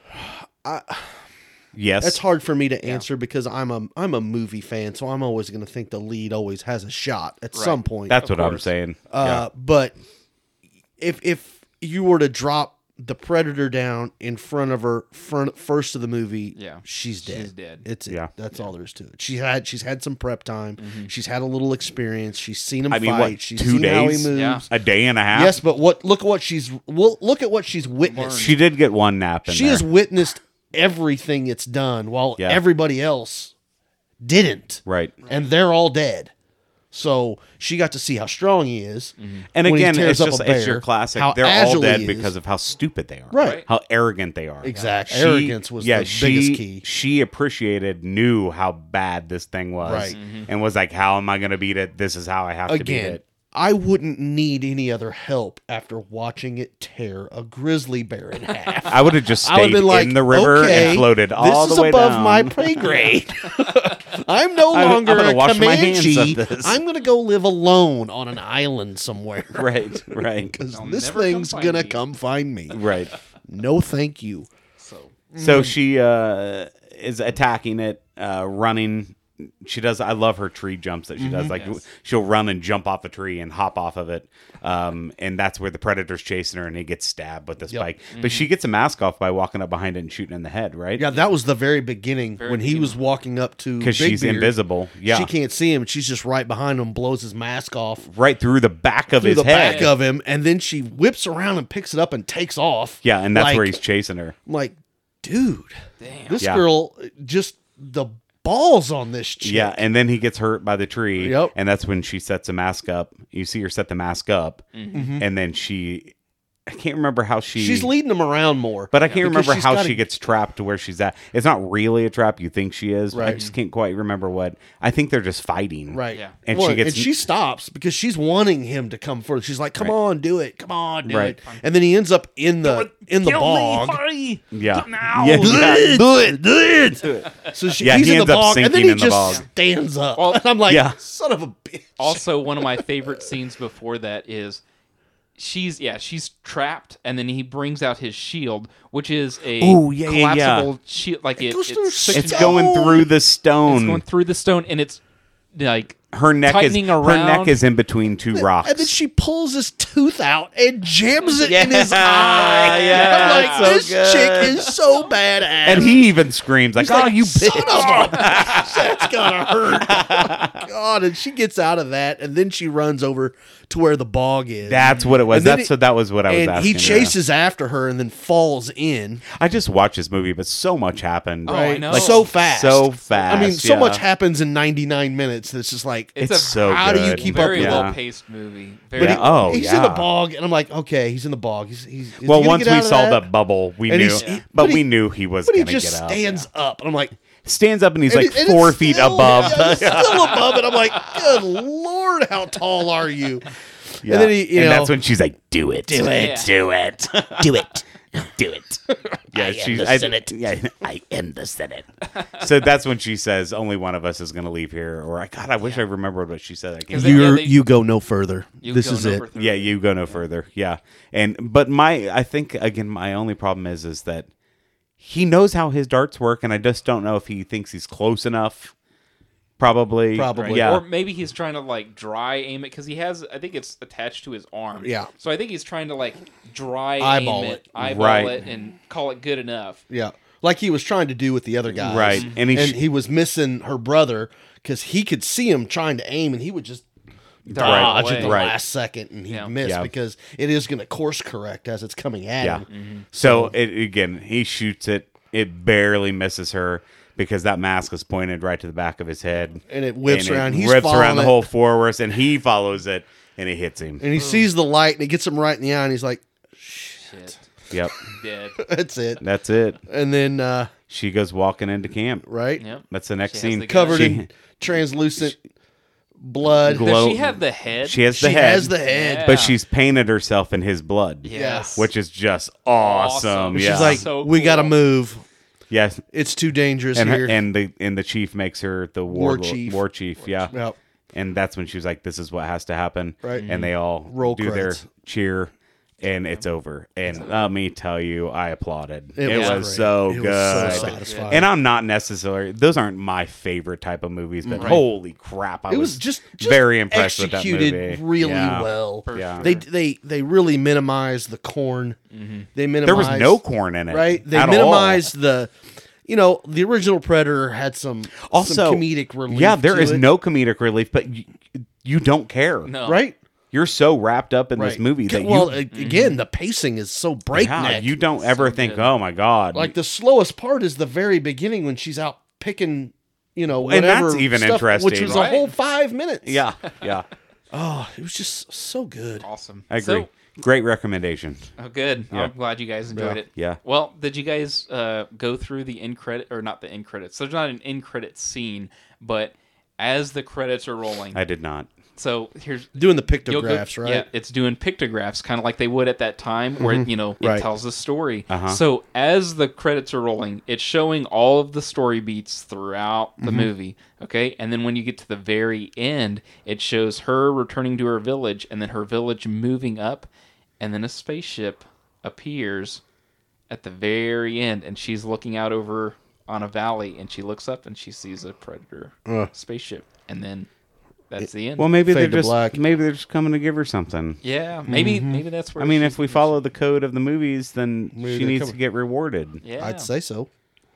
yes
That's hard for me to answer because I'm a I'm a movie fan, so I'm always going to think the lead always has a shot at some point.
that's
Of
what i'm
course.
saying
Uh, But if if you were to drop the predator down in front of her front first of the movie,
Yeah.
she's dead.
She's dead.
It's
Yeah.
yeah. That's all there is to it. She had she's had some prep time.
Mm-hmm.
She's had a little experience. She's seen him
I
fight.
mean, what,
she's
two
seen how he
days?
moves.
Yeah.
yeah. a day and a half
Yes, but what? Look at what she's well, look at what she's witnessed.
she did get one nap in
She
there.
has witnessed everything it's done, while
Yeah.
everybody else didn't,
right
and they're all dead. So she got to see how strong he is,
and
when he
again it's
tears up
just
a
it's your
bear,
classic
how
they're all
agile he
dead
is.
because of how stupid they are
Right.
how arrogant they are
Exactly.
She-
Arrogance was the
she,
biggest key.
She appreciated, knew how bad this thing was,
Right.
and was like, "How am I going to beat it? This is how I have to beat
Again,
it."
I wouldn't need any other help after watching it tear a grizzly bear in half.
I would have just
I would
stayed
have been like
in the river
okay,
and floated all
this
the way
is above
down.
my pay grade. I'm no
I'm
longer
gonna
a
wash my hands
Comanche.
of this.
I'm going to go live alone on an island somewhere.
right, right,
because
They'll
this
never come
thing's
find
gonna
me.
come find me.
right.
No, thank you.
So
Mm.
So she uh, is attacking it, uh, running. She does. I love her tree jumps that she
Mm-hmm.
does. Like
Yes.
she'll run and jump off a tree and hop off of it, um, and that's where the predator's chasing her, and he gets stabbed with the spike. But she gets a mask off by walking up behind it and shooting in the head. Right?
Mm-hmm. Yeah, that was the very beginning when he was walking up to
because
Big
she's
Beard.
invisible. Yeah,
she can't see him. She's just right behind him, blows his mask off
right through the back of
through
his
the
head.
back of him, and then she whips around and picks it up and takes off.
yeah, and that's
Like-
where he's chasing her.
I'm like, dude,
Damn.
this
Yeah.
girl just the balls on this chick.
Yeah, and then he gets hurt by the tree.
Yep.
And that's when she sets a mask up. You see her set the mask up, and then she, I can't remember how she.
Mm-hmm. she's leading them around more.
But I can't
because
remember
she's
how
gotta-
she gets trapped to where she's at. It's not really a trap. You think she is. I
Right.
just can't quite remember what. I think they're just fighting.
right.
Yeah.
And
Well,
she gets.
and she stops because she's wanting him to come further. She's like, "Come on, do it! Come on, do
Right.
it!" And then he ends up in the in the bog.
yeah.
Do it, do it, do it. So she,
Yeah,
he's
he
in the
ends up
bog, and then
sinking
he
in the
just
bog.
stands up.
Well,
and I'm like,
yeah. Oh,
"Son of a bitch!"
also one of my favorite scenes before that is she's yeah she's trapped and then he brings out his shield which is a
Ooh, yeah, yeah, yeah.
collapsible shield like it,
goes
it's,
through
suction-
It's going through the
it's
stone.
going through the stone and it's like
her neck is
tightening
her neck
around.
is in between two rocks.
And then she pulls his tooth out and jams it in his
Yeah,
eye.
yeah,
I'm like,
it's so
this
good."
chick is so badass.
and he even screams like,
He's
"Oh,
like,
you
son
bitch!"
of a- That's gonna hurt. Oh, God, and she gets out of that, and then she runs over to where the bog is.
That's what it was.
And then
That's
he-
so that was what I was
and he
asking. yeah.
chases after her and then falls in.
I just watched this movie, but so much happened.
Oh, I
Right?
know.
Like, so fast.
So fast.
I mean, so
yeah.
much happens in 99 minutes that it's just like,
it's,
It's
a
so
how do you
good.
keep up
very
with
yeah.
well paced movie very
Yeah. Oh,
he's
yeah.
in the bog, and I'm like, okay, he's in the bog. He's, he's is he
well,
gonna
once
get
we
out of
saw
that?
the bubble, we
And
knew,
he's- he- but
but we
he-
knew he was
But he
gonna
just
get out.
stands up, and I'm like,
Stands up and he's
and
like
it- and
four
it's
feet
still-
above.
yeah, it's still above it. I'm like, good lord, how tall are you?
Yeah.
And then he, you
And
know,
that's when she's like, "Do it, do
it.
do it,
Do it. Do it.
Yeah,
I
she's
am the
I-
Senate.
yeah.
I am the Senate.
So that's when she says, "Only one of us is going to leave here." Or I God, I wish I remembered what she said. I can't.
Is it-
You're,
yeah, they-
you go no further.
You
this
go
is it.
number three.
Yeah, you go no further. Yeah, and but my I think again my only problem is is that he knows how his darts work, and I just don't know if he thinks he's close enough. Probably,
Probably.
yeah.
Or maybe he's trying to like dry aim it because he has, I think it's attached to his arm.
Yeah.
So I think he's trying to like dry
Eyeball
aim it,
it.
eyeball
Right.
it, and call it good enough.
Yeah, like he was trying to do with the other guys.
Right, and
and
he
he,
sh-
was missing her brother because he could see him trying to aim, and he would just
Dodge
dodge at the
away.
Right.
last second, and he
Yeah.
would missed
Yeah.
because it is going to course correct as it's coming at
yeah.
him.
Mm-hmm.
So it, again, he shoots it. It barely misses her because that mask is pointed right to the back of his head,
And it whips around. He's
rips
following
around the
it.
whole forest, and he follows it, and it hits him.
And
Mm.
he sees the light, and it gets him right in the eye, and he's like,
Shit.
Yep,
Dead.
"That's it."
that's it.
And then, uh,
She goes walking into camp.
right,
Yep.
That's the
She
next
has
scene.
the gun.
covered
She-
in translucent blood.
Glo-
Does
Blow-
she have the head?
She has the
she
head.
has the head.
Yeah.
but she's painted herself in his blood.
Yes.
Which is just awesome.
Awesome.
Yeah.
She's like,
So
"We got to
cool.
move.
yes.
It's too dangerous
And, her-
here."
and the and the chief makes her the war,
War
lord-
chief.
War chief. Yeah.
Yep.
And that's when she's like, "This is what has to happen."
Right.
And they all
Roll
do
credits.
their cheer, and it's over. And let me tell you, I applauded. It,
It
was,
was great.
so
It
good.
was so satisfying.
And I'm not necessarily; those aren't my favorite type of movies. But holy crap, I
Mm. it
was,
was, just, just
very impressed with that
executed
movie.
really
Yeah.
well.
For
Yeah. Mm-hmm.
They they they really minimized the corn. They minimized
There was no corn in it,
right. They
at all.
minimized the. You know, the original Predator had some
also
some comedic relief.
Yeah, there
to
is
it,
no comedic relief, but you, you don't care.
No.
right.
You're so wrapped up in this
Right.
movie that
well,
you, Mm-hmm.
a- again, the pacing is so breakneck.
yeah, you don't ever think,
good.
oh my god.
like the slowest part is the very beginning when she's out picking. You know,
And that's
whatever
even
stuff, which
interesting.
was
Right.
a whole five minutes.
yeah, yeah,
Oh, it was just so good.
Awesome.
I agree.
So-
Great recommendation.
oh, good. I'm glad you guys enjoyed it.
Yeah.
Well, did you guys uh, go through the end credit or not the end credits? There's not an end credit scene, but as the credits are rolling,
I did not.
so here's
Doing the
you'll go-
pictographs, right? Mm-hmm.
Yeah, it's doing pictographs, kind of like they would at that time, where you know it
Right.
tells the story.
Uh-huh.
So as the credits are rolling, it's showing all of the story beats throughout
Mm-hmm.
the movie. Okay, and then when you get to the very end, it shows her returning to her village, and then her village moving up, and then a spaceship appears at the very end, and she's looking out over on a valley, and she looks up and she sees a predator
Uh.
spaceship, and then. That's the end.
Well, maybe
Fade
they're
to
just
black.
maybe they're just coming to give her something.
Yeah, maybe maybe that's where.
I mean,
she-
if we follow the code of the movies, then
Maybe
she
they're
needs to
coming-
get rewarded.
yeah,
I'd say so.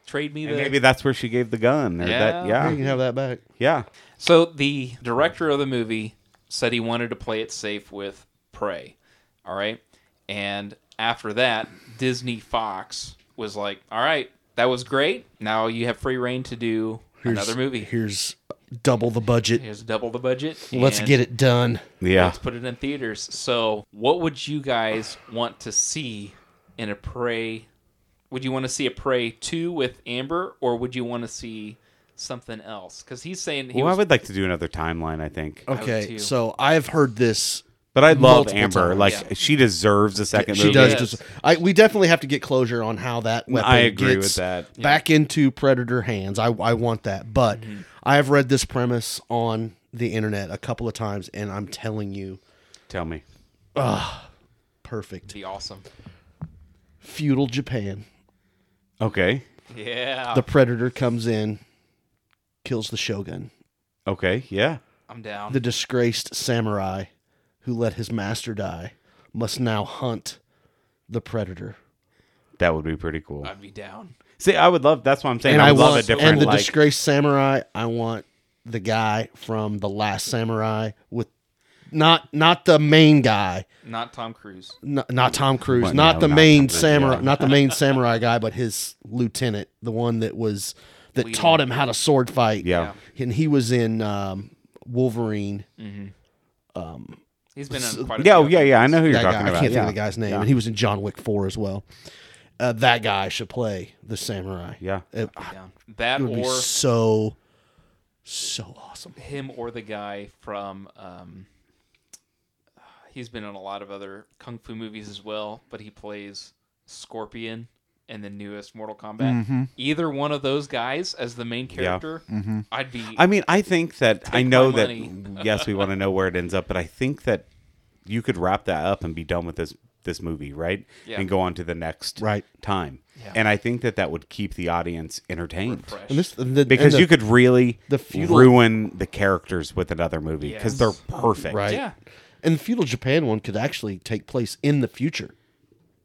trade me the.
And maybe that's where she gave the gun. Or
Yeah.
That,
You
yeah.
can have that back.
Yeah.
So the director of the movie said he wanted to play it safe with Prey. All right, and after that, Disney Fox was like, "All right, that was great. Now you have free reign to do
Here's-
another movie.
Here's double the budget.
Here's double the budget.
Let's
and
get it done.
Yeah.
Let's put it in theaters. So, what would you guys want to see in a Prey? Would you want to see a Prey 2 with Amber, or would you want to see something else? Because he's saying he
Well, I
was
would like to do another timeline. I think,
too.
Okay, so I've heard this.
but I love
Oh, Multiple
Amber.
times.
Like
Yeah.
she deserves a second.
She
movie.
does.
Yes.
Just, I, we definitely have to get closure on how that weapon
I agree
gets
with that.
back into predator hands. I, I want that, but
Mm-hmm.
I have read this premise on the internet a couple of times, and I'm telling you,
Tell me.
perfect.
be awesome.
Feudal Japan.
Okay.
Yeah,
The predator comes in, kills the shogun,
Okay. Yeah.
I'm down.
the disgraced samurai who let his master die, must now hunt the predator.
That would be pretty cool.
I'd be down.
See, I would love. That's what I'm saying.
and
I,
I
would love
want
a different
and the
like.
disgraced samurai. I want the guy from the Last Samurai with not not the main guy,
Not Tom Cruise.
not, not Tom Cruise,
Well,
not
no,
the
not
main
Tom Cruise,
samurai,
yeah.
not the main samurai guy, but his lieutenant, the one that was that taught him how to sword fight.
yeah.
and he was in um, Wolverine.
Mm-hmm. He's been on quite a
Um, Yeah.
few
oh, Yeah. Yeah. I know who you're
That guy,
talking
I
about.
can't think
yeah.
of the guy's name, and he was in John Wick Four as well. Uh, that guy should play the samurai.
Yeah.
it,
down. That
it would be
or
so so awesome.
him or the guy from. Um, he's been on a lot of other kung fu movies as well, but he plays Scorpion in the newest Mortal Kombat. Either one of those guys as the main character, I'd be.
I mean, I think that I know
my
that
money.
yes, we want to know where it ends up, but I think that you could wrap that up and be done with this this movie, right?
Yeah.
And go on to the next
Right.
time. And I think that that would keep the audience entertained
fresh.
And this and the, and
because
the-
you could really
the feudal-
ruin the characters with another movie because
Yes.
they're perfect,
right,
Yeah.
and the feudal Japan one could actually take place in the future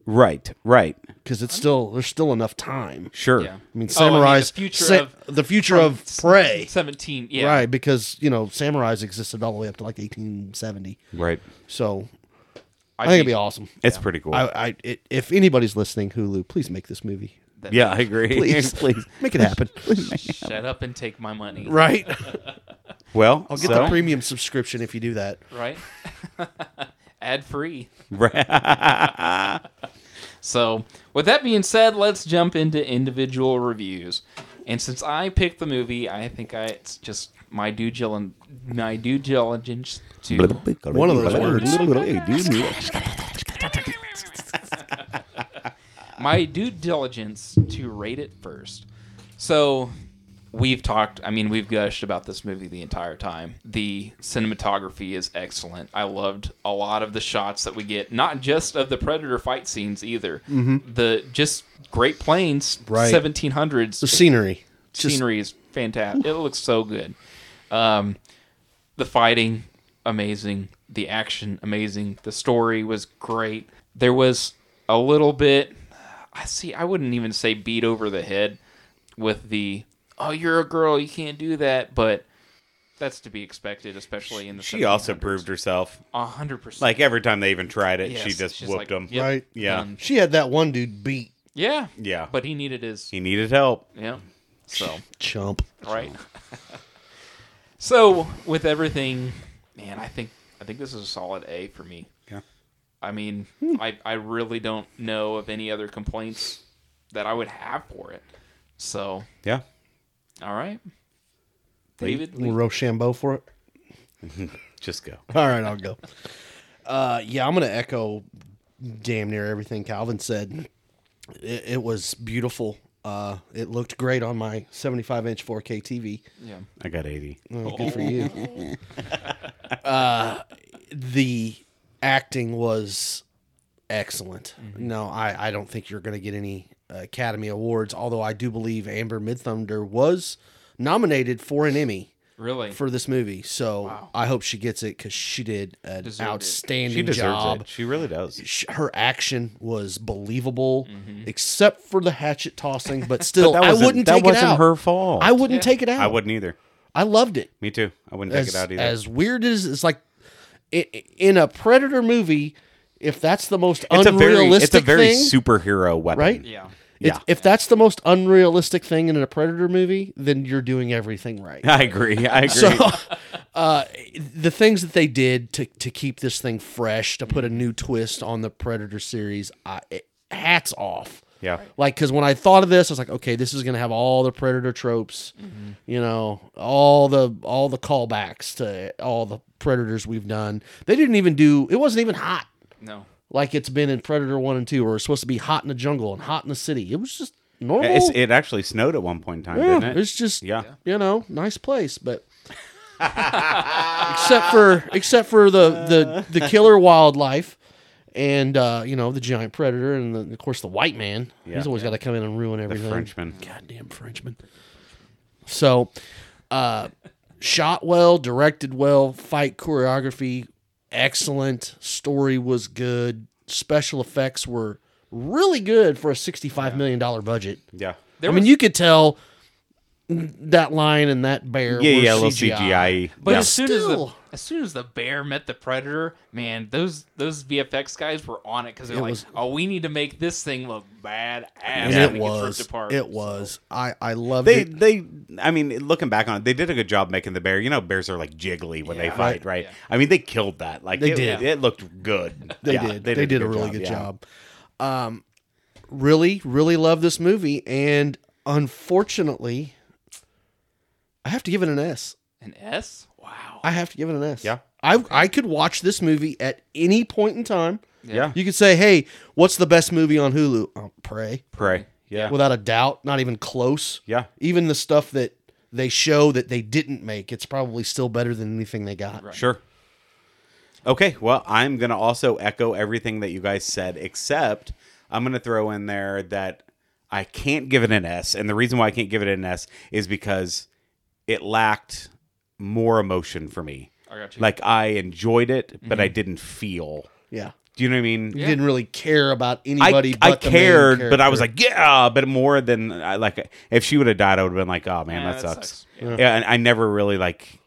Right, right,
because it's still there's still enough time.
sure.
Yeah.
I mean,
Oh, I mean, the
samurais
future
sa-
of-
the future of prey,
seventeen. Yeah,
right? Because you know samurais existed all the way up to like 1870,
Right,
so
I'd
I think it'd be awesome.
it's pretty cool.
I, I it, if anybody's listening, Hulu, please make this movie.
that'd be-
yeah, I agree.
Please, please make it happen.
Shut up and take my money. Right.
right?
Well,
I'll get
so,
the premium subscription if you do that.
Ad free. so, with that being said, let's jump into individual reviews. And since I picked the movie, I think I it's just my due gil- my due diligence to
One of those words.
my due diligence to rate it first. So we've talked I mean we've gushed about this movie the entire time. The cinematography is excellent. I loved a lot of the shots that we get, not just of the predator fight scenes either. The just great plains
Right.
1700s
The scenery, just
scenery is fantastic. It looks so good. Um, the fighting, amazing. The action, amazing. The story was great. There was a little bit. I see. I wouldn't even say beat over the head with the "oh, you're a girl, you can't do that," but that's to be expected, especially in the.
she also proved herself.
hundred percent.
Like every time they even tried it,
Yes,
she just
she's
whooped
like,
them.
yep,
Right.
Yeah.
done.
She had that one dude beat
yeah,
Yeah.
But he needed his
He needed help.
yeah. So
chump.
right? so with everything, man, I think I think this is a solid A for me.
Yeah.
I mean,
Hmm.
I I really don't know of any other complaints that I would have for it. So,
Yeah.
all right, David,
Little Rochambeau for it.
Just go.
All right, I'll go. Uh, yeah, I'm gonna echo damn near everything Calvin said. It, it was beautiful. Uh, it looked great on my 75 inch 4K TV.
yeah,
I got 80.
Well, good for you. uh, the acting was excellent. No, I, I don't think you're going to get any Academy Awards, although I do believe Amber Midthunder was nominated for an Emmy
really,
for this movie. So I hope she gets it because she did an
Deserved it.
She
outstanding
deserves
job
it. She really does.
sh- her action was believable,
Mm-hmm.
except for the hatchet tossing. But still, I wouldn't
that
take it
wasn't
out.
her fault.
I wouldn't take it out.
I wouldn't either.
I loved it.
Me too. I wouldn't
As,
take it out either.
as weird as it's like i- i- in a predator movie, if that's the most
it's a very,
unrealistic
it's a very
thing,
superhero weapon.
right?
yeah,
It's-
Yeah.
If that's the most unrealistic thing in a Predator movie, then you're doing everything right.
I agree. I agree.
So, uh, the things that they did to, to keep this thing fresh, to put a new twist on the Predator series, I, it, hats off.
yeah.
Like, because when I thought of this, I was like, okay, this is gonna have all the Predator tropes, you know, all the all the callbacks to all the Predators we've done. They didn't even do. It wasn't even hot
No.
like it's been in Predator One and Two, or it's supposed to be hot in the jungle and hot in the city. It was just normal.
It's, it actually snowed at one point in time,
Yeah,
didn't it?
it's just
Yeah.
you know, nice place, but except for except for the the the killer wildlife and uh, you know the giant predator and the, of course the white man.
Yeah.
He's always got to come in and ruin everything.
Frenchman.
goddamn Frenchman. So, uh, shot well, directed well, fight choreography excellent, story was good, special effects were really good for a sixty-five million dollar budget.
Yeah.
There
I
was,
mean, you could tell that lion and that bear.
Yeah,
were
yeah, a little
CGI.
CGI.
but
yeah.
as soon as the,
still.
as soon as the bear met the predator, man, those those VFX guys were on it because they're like,
was-
oh, we need to make this thing look badass.
And
when
it
we get
was.
ripped apart."
It was. I I loved
they,
it.
they, I mean, looking back on it, they did a good job making the bear. You know, bears are like jiggly when they
Yeah.
fight, right?
Yeah.
I mean, they killed that. Like
They
it,
did.
It looked good.
They
Yeah,
did. They, did, a really good
yeah.
job. Um, really, really love this movie, and unfortunately, I have to give it an S.
An S? Wow.
I have to give it an S.
Yeah.
I I could watch this movie at any point in time.
Yeah.
You could say, "Hey, what's the best movie on Hulu?" Um, Prey,
Pray. Yeah.
without a doubt, not even close.
yeah.
even the stuff that they show that they didn't make, it's probably still better than anything they got.
Right.
Sure. Okay. Well, I'm going to also echo everything that you guys said, except I'm going to throw in there that I can't give it an S. And the reason why I can't give it an S is because it lacked more emotion for me.
I got you.
Like I enjoyed it, but I didn't feel.
Yeah.
Do you know what I mean?
You didn't really care about anybody. but
I, I
the main
cared, but I was
character.
like, yeah, but more than I like. If she would have died, I would have been like, oh man,
Yeah,
that, sucks.
Yeah.
Yeah, and I never really like.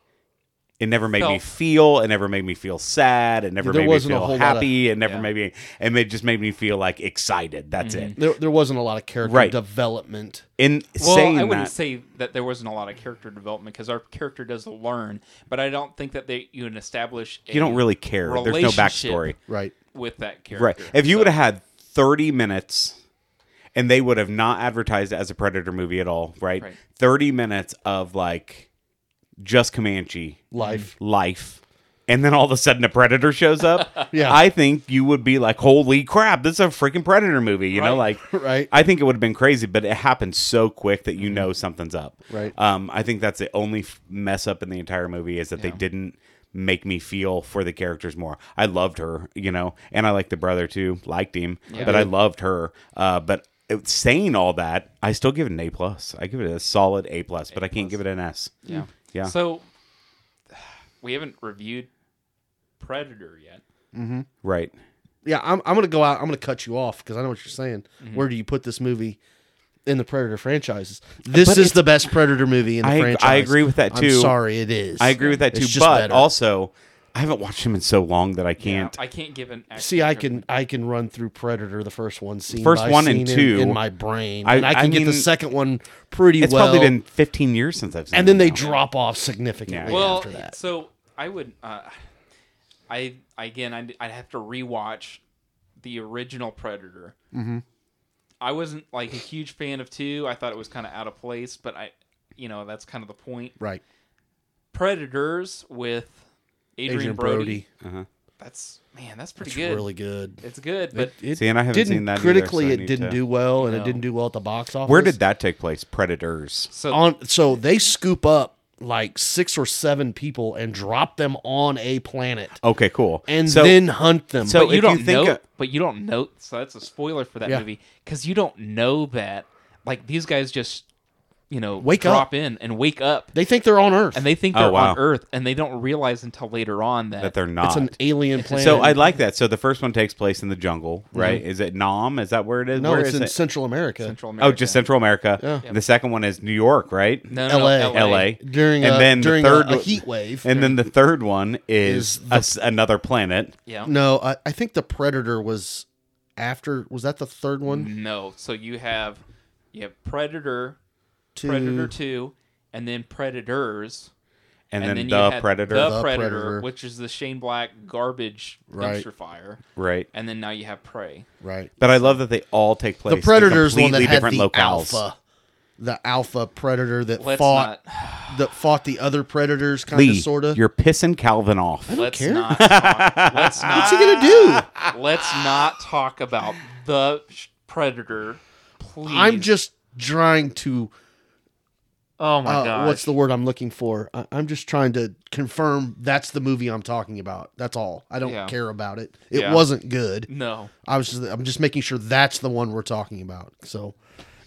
It never made me
Felt.
feel. It never made me feel sad. It never
There
made me
wasn't a
feel
whole lot of-
happy. it never
Yeah. Mm-hmm.
made me, and it just made me feel like excited. That's it.
there, there wasn't a lot of character
Right.
development.
In
Well, I
saying
wouldn't
that,
say that there wasn't a lot of character development because our character does learn, but I don't think that they you can establish. a
you don't really care. There's no
relationship
backstory.
Right.
with that character.
Right. If you
So-
would have had 30 minutes and they would have not advertised it as a Predator movie at all, right?
Right.
30 minutes of like just Comanche
Life.
life. And then all of a sudden a predator shows up.
Yeah.
I think you would be like, holy crap, this is a freaking predator movie. You know,
Right.
like,
Right.
I think it would have been crazy, but it happened so quick that
Mm-hmm.
you know something's up.
Right.
Um, I think that's the only f- mess up in the entire movie is that they didn't make me feel for the characters more. I loved her, you know, and I liked the brother too, liked him, but I loved her. Uh, but it, saying all that, I still give it an A plus. I give it a solid A plus, but I can't give it an S.
Hmm.
yeah,
Yeah.
So we haven't reviewed Predator yet.
right.
Yeah. I'm, I'm going to go out. I'm going to cut you off because I know what you're saying.
Mm-hmm.
Where do you put this movie in the Predator franchises? This is the best Predator movie in the
I- I
franchise.
agree with that,
I'm
too.
sorry, it is.
I agree with that
It's
too.
just
But
better.
also, I haven't watched him in so long that I can't.
I can't give an. accurate
See, I can I can run through Predator the first one scene,
First
by
one and
scene in-
two.
in, my brain,
I-
and I
I
can get the
mean,
second one pretty
it's
well.
probably been 15 years since I've seen
and then
him
they
now.
drop off significantly
Yeah.
well,
after that.
so I would. Uh, I I- again, I'd, I'd have to rewatch the original Predator. Mm-hmm. I wasn't like a huge fan of two. I thought it was kind of out of place, but I, you know, that's kind of the point.
Right.
Predators with Adrian, Brody. That's man, that's pretty
It's
good.
really good.
It's good, but
See, and I haven't
didn't
seen that either, so
critically.
I
it
need
didn't
to-
do well, and
No.
it didn't do well at the box office.
Where did that take place? Predators.
so
on? So they scoop up like six or seven people and drop them on a planet,
Okay, cool.
and
so,
then hunt them.
so-
but you
if you
don't
think
know.
a-
but you don't know. So that's a spoiler for that
Yeah.
movie because you don't know that. Like these guys just, you know,
Wake
drop
up.
in and wake up,
they think they're on Earth,
and they think they're
Oh, wow.
on Earth, and they don't realize until later on that,
that they're
it's
not.
an alien planet.
so I like that. So the first one takes place in the jungle, right? Is it Nam? Is that where it is?
no,
Where
it's
is
in
it?
Central America
Central America.
Oh, just Central America.
Yeah.
The second one is New York, right?
No, no, no,
LA.
LA.
L.A.
during
and
a,
then
during
the third
a, a
one-
heat wave.
and then the third one is,
Is
a s another planet.
Yeah.
no, I, I think the Predator was after was that the third one?
No, so you have you have Predator,
Two.
Predator Two, and then Predators,
and, then,
you
the
had
predator,
the,
The
Predator,
Predator.
which is the Shane Black garbage
Right.
dumpster fire,
right?
and then now you have Prey.
Right.
But I love that they all take place.
The
in
Predator's the one that
completely
had the
different locales.
alpha. The alpha predator that
Let's
fought
not.
that fought the other predators kind
Lee,
of sort of.
you're pissing Calvin off.
Let's
care.
not. Talk, let's
What's
not.
he going to do?
Ah, let's not talk about the sh- Predator. Please.
I'm just trying to
Oh my
uh,
god.
what's the word I'm looking for? I- I'm just trying to confirm that's the movie I'm talking about. That's all. I don't
Yeah.
care about it. It
Yeah.
wasn't good.
No.
I was just, I'm just making sure that's the one we're talking about. So,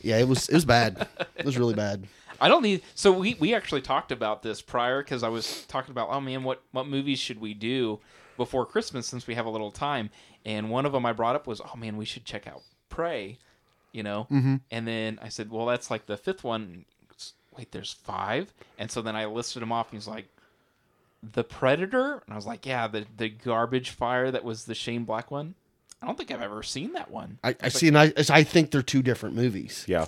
yeah, it was it was bad. it was really bad.
I don't need. So we we actually talked about this prior because I was talking about oh man, what what movies should we do before Christmas since we have a little time? And one of them I brought up was oh man, we should check out Prey, you know. Mm-hmm. And then I said, well, that's like the fifth one. It's- Wait, there's five. And so then I listed them off. And he's like, the Predator, and I was like, yeah, the the garbage fire that was the Shane Black one. I don't think I've ever seen that one.
I, I see, and I I think they're two different movies,
Yeah,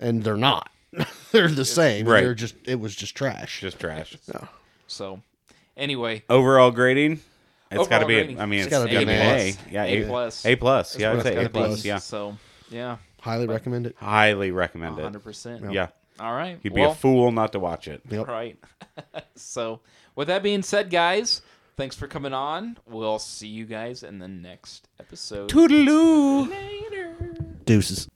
and they're not. they're the same.
Right.
They're just it was just trash.
just trash.
So anyway,
Overall grading, it's
Overall
got to be.
grading,
A, I mean,
it's
it's
gotta be
A,
an A.
A. Yeah,
A plus.
A plus. Yeah, I'd
what
say
it's
A
gotta be.
plus. Yeah,
So yeah,
Highly recommend it.
highly recommend it.
hundred percent.
Yeah,
All right.
you'd be
well,
a fool not to watch it.
Yep.
Right. so, with that being said, guys, thanks for coming on. We'll see you guys in the next episode.
Toodaloo.
Deuces.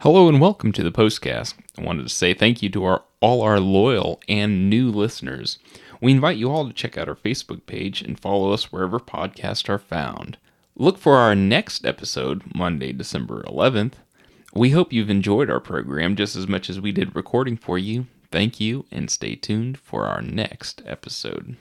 Hello and welcome to the postcast. I wanted to say thank you to our all our loyal and new listeners. We invite you all to check out our Facebook page and follow us wherever podcasts are found. Look for our next episode, Monday, December 11th. We hope you've enjoyed our program just as much as we did recording for you. Thank you and stay tuned for our next episode.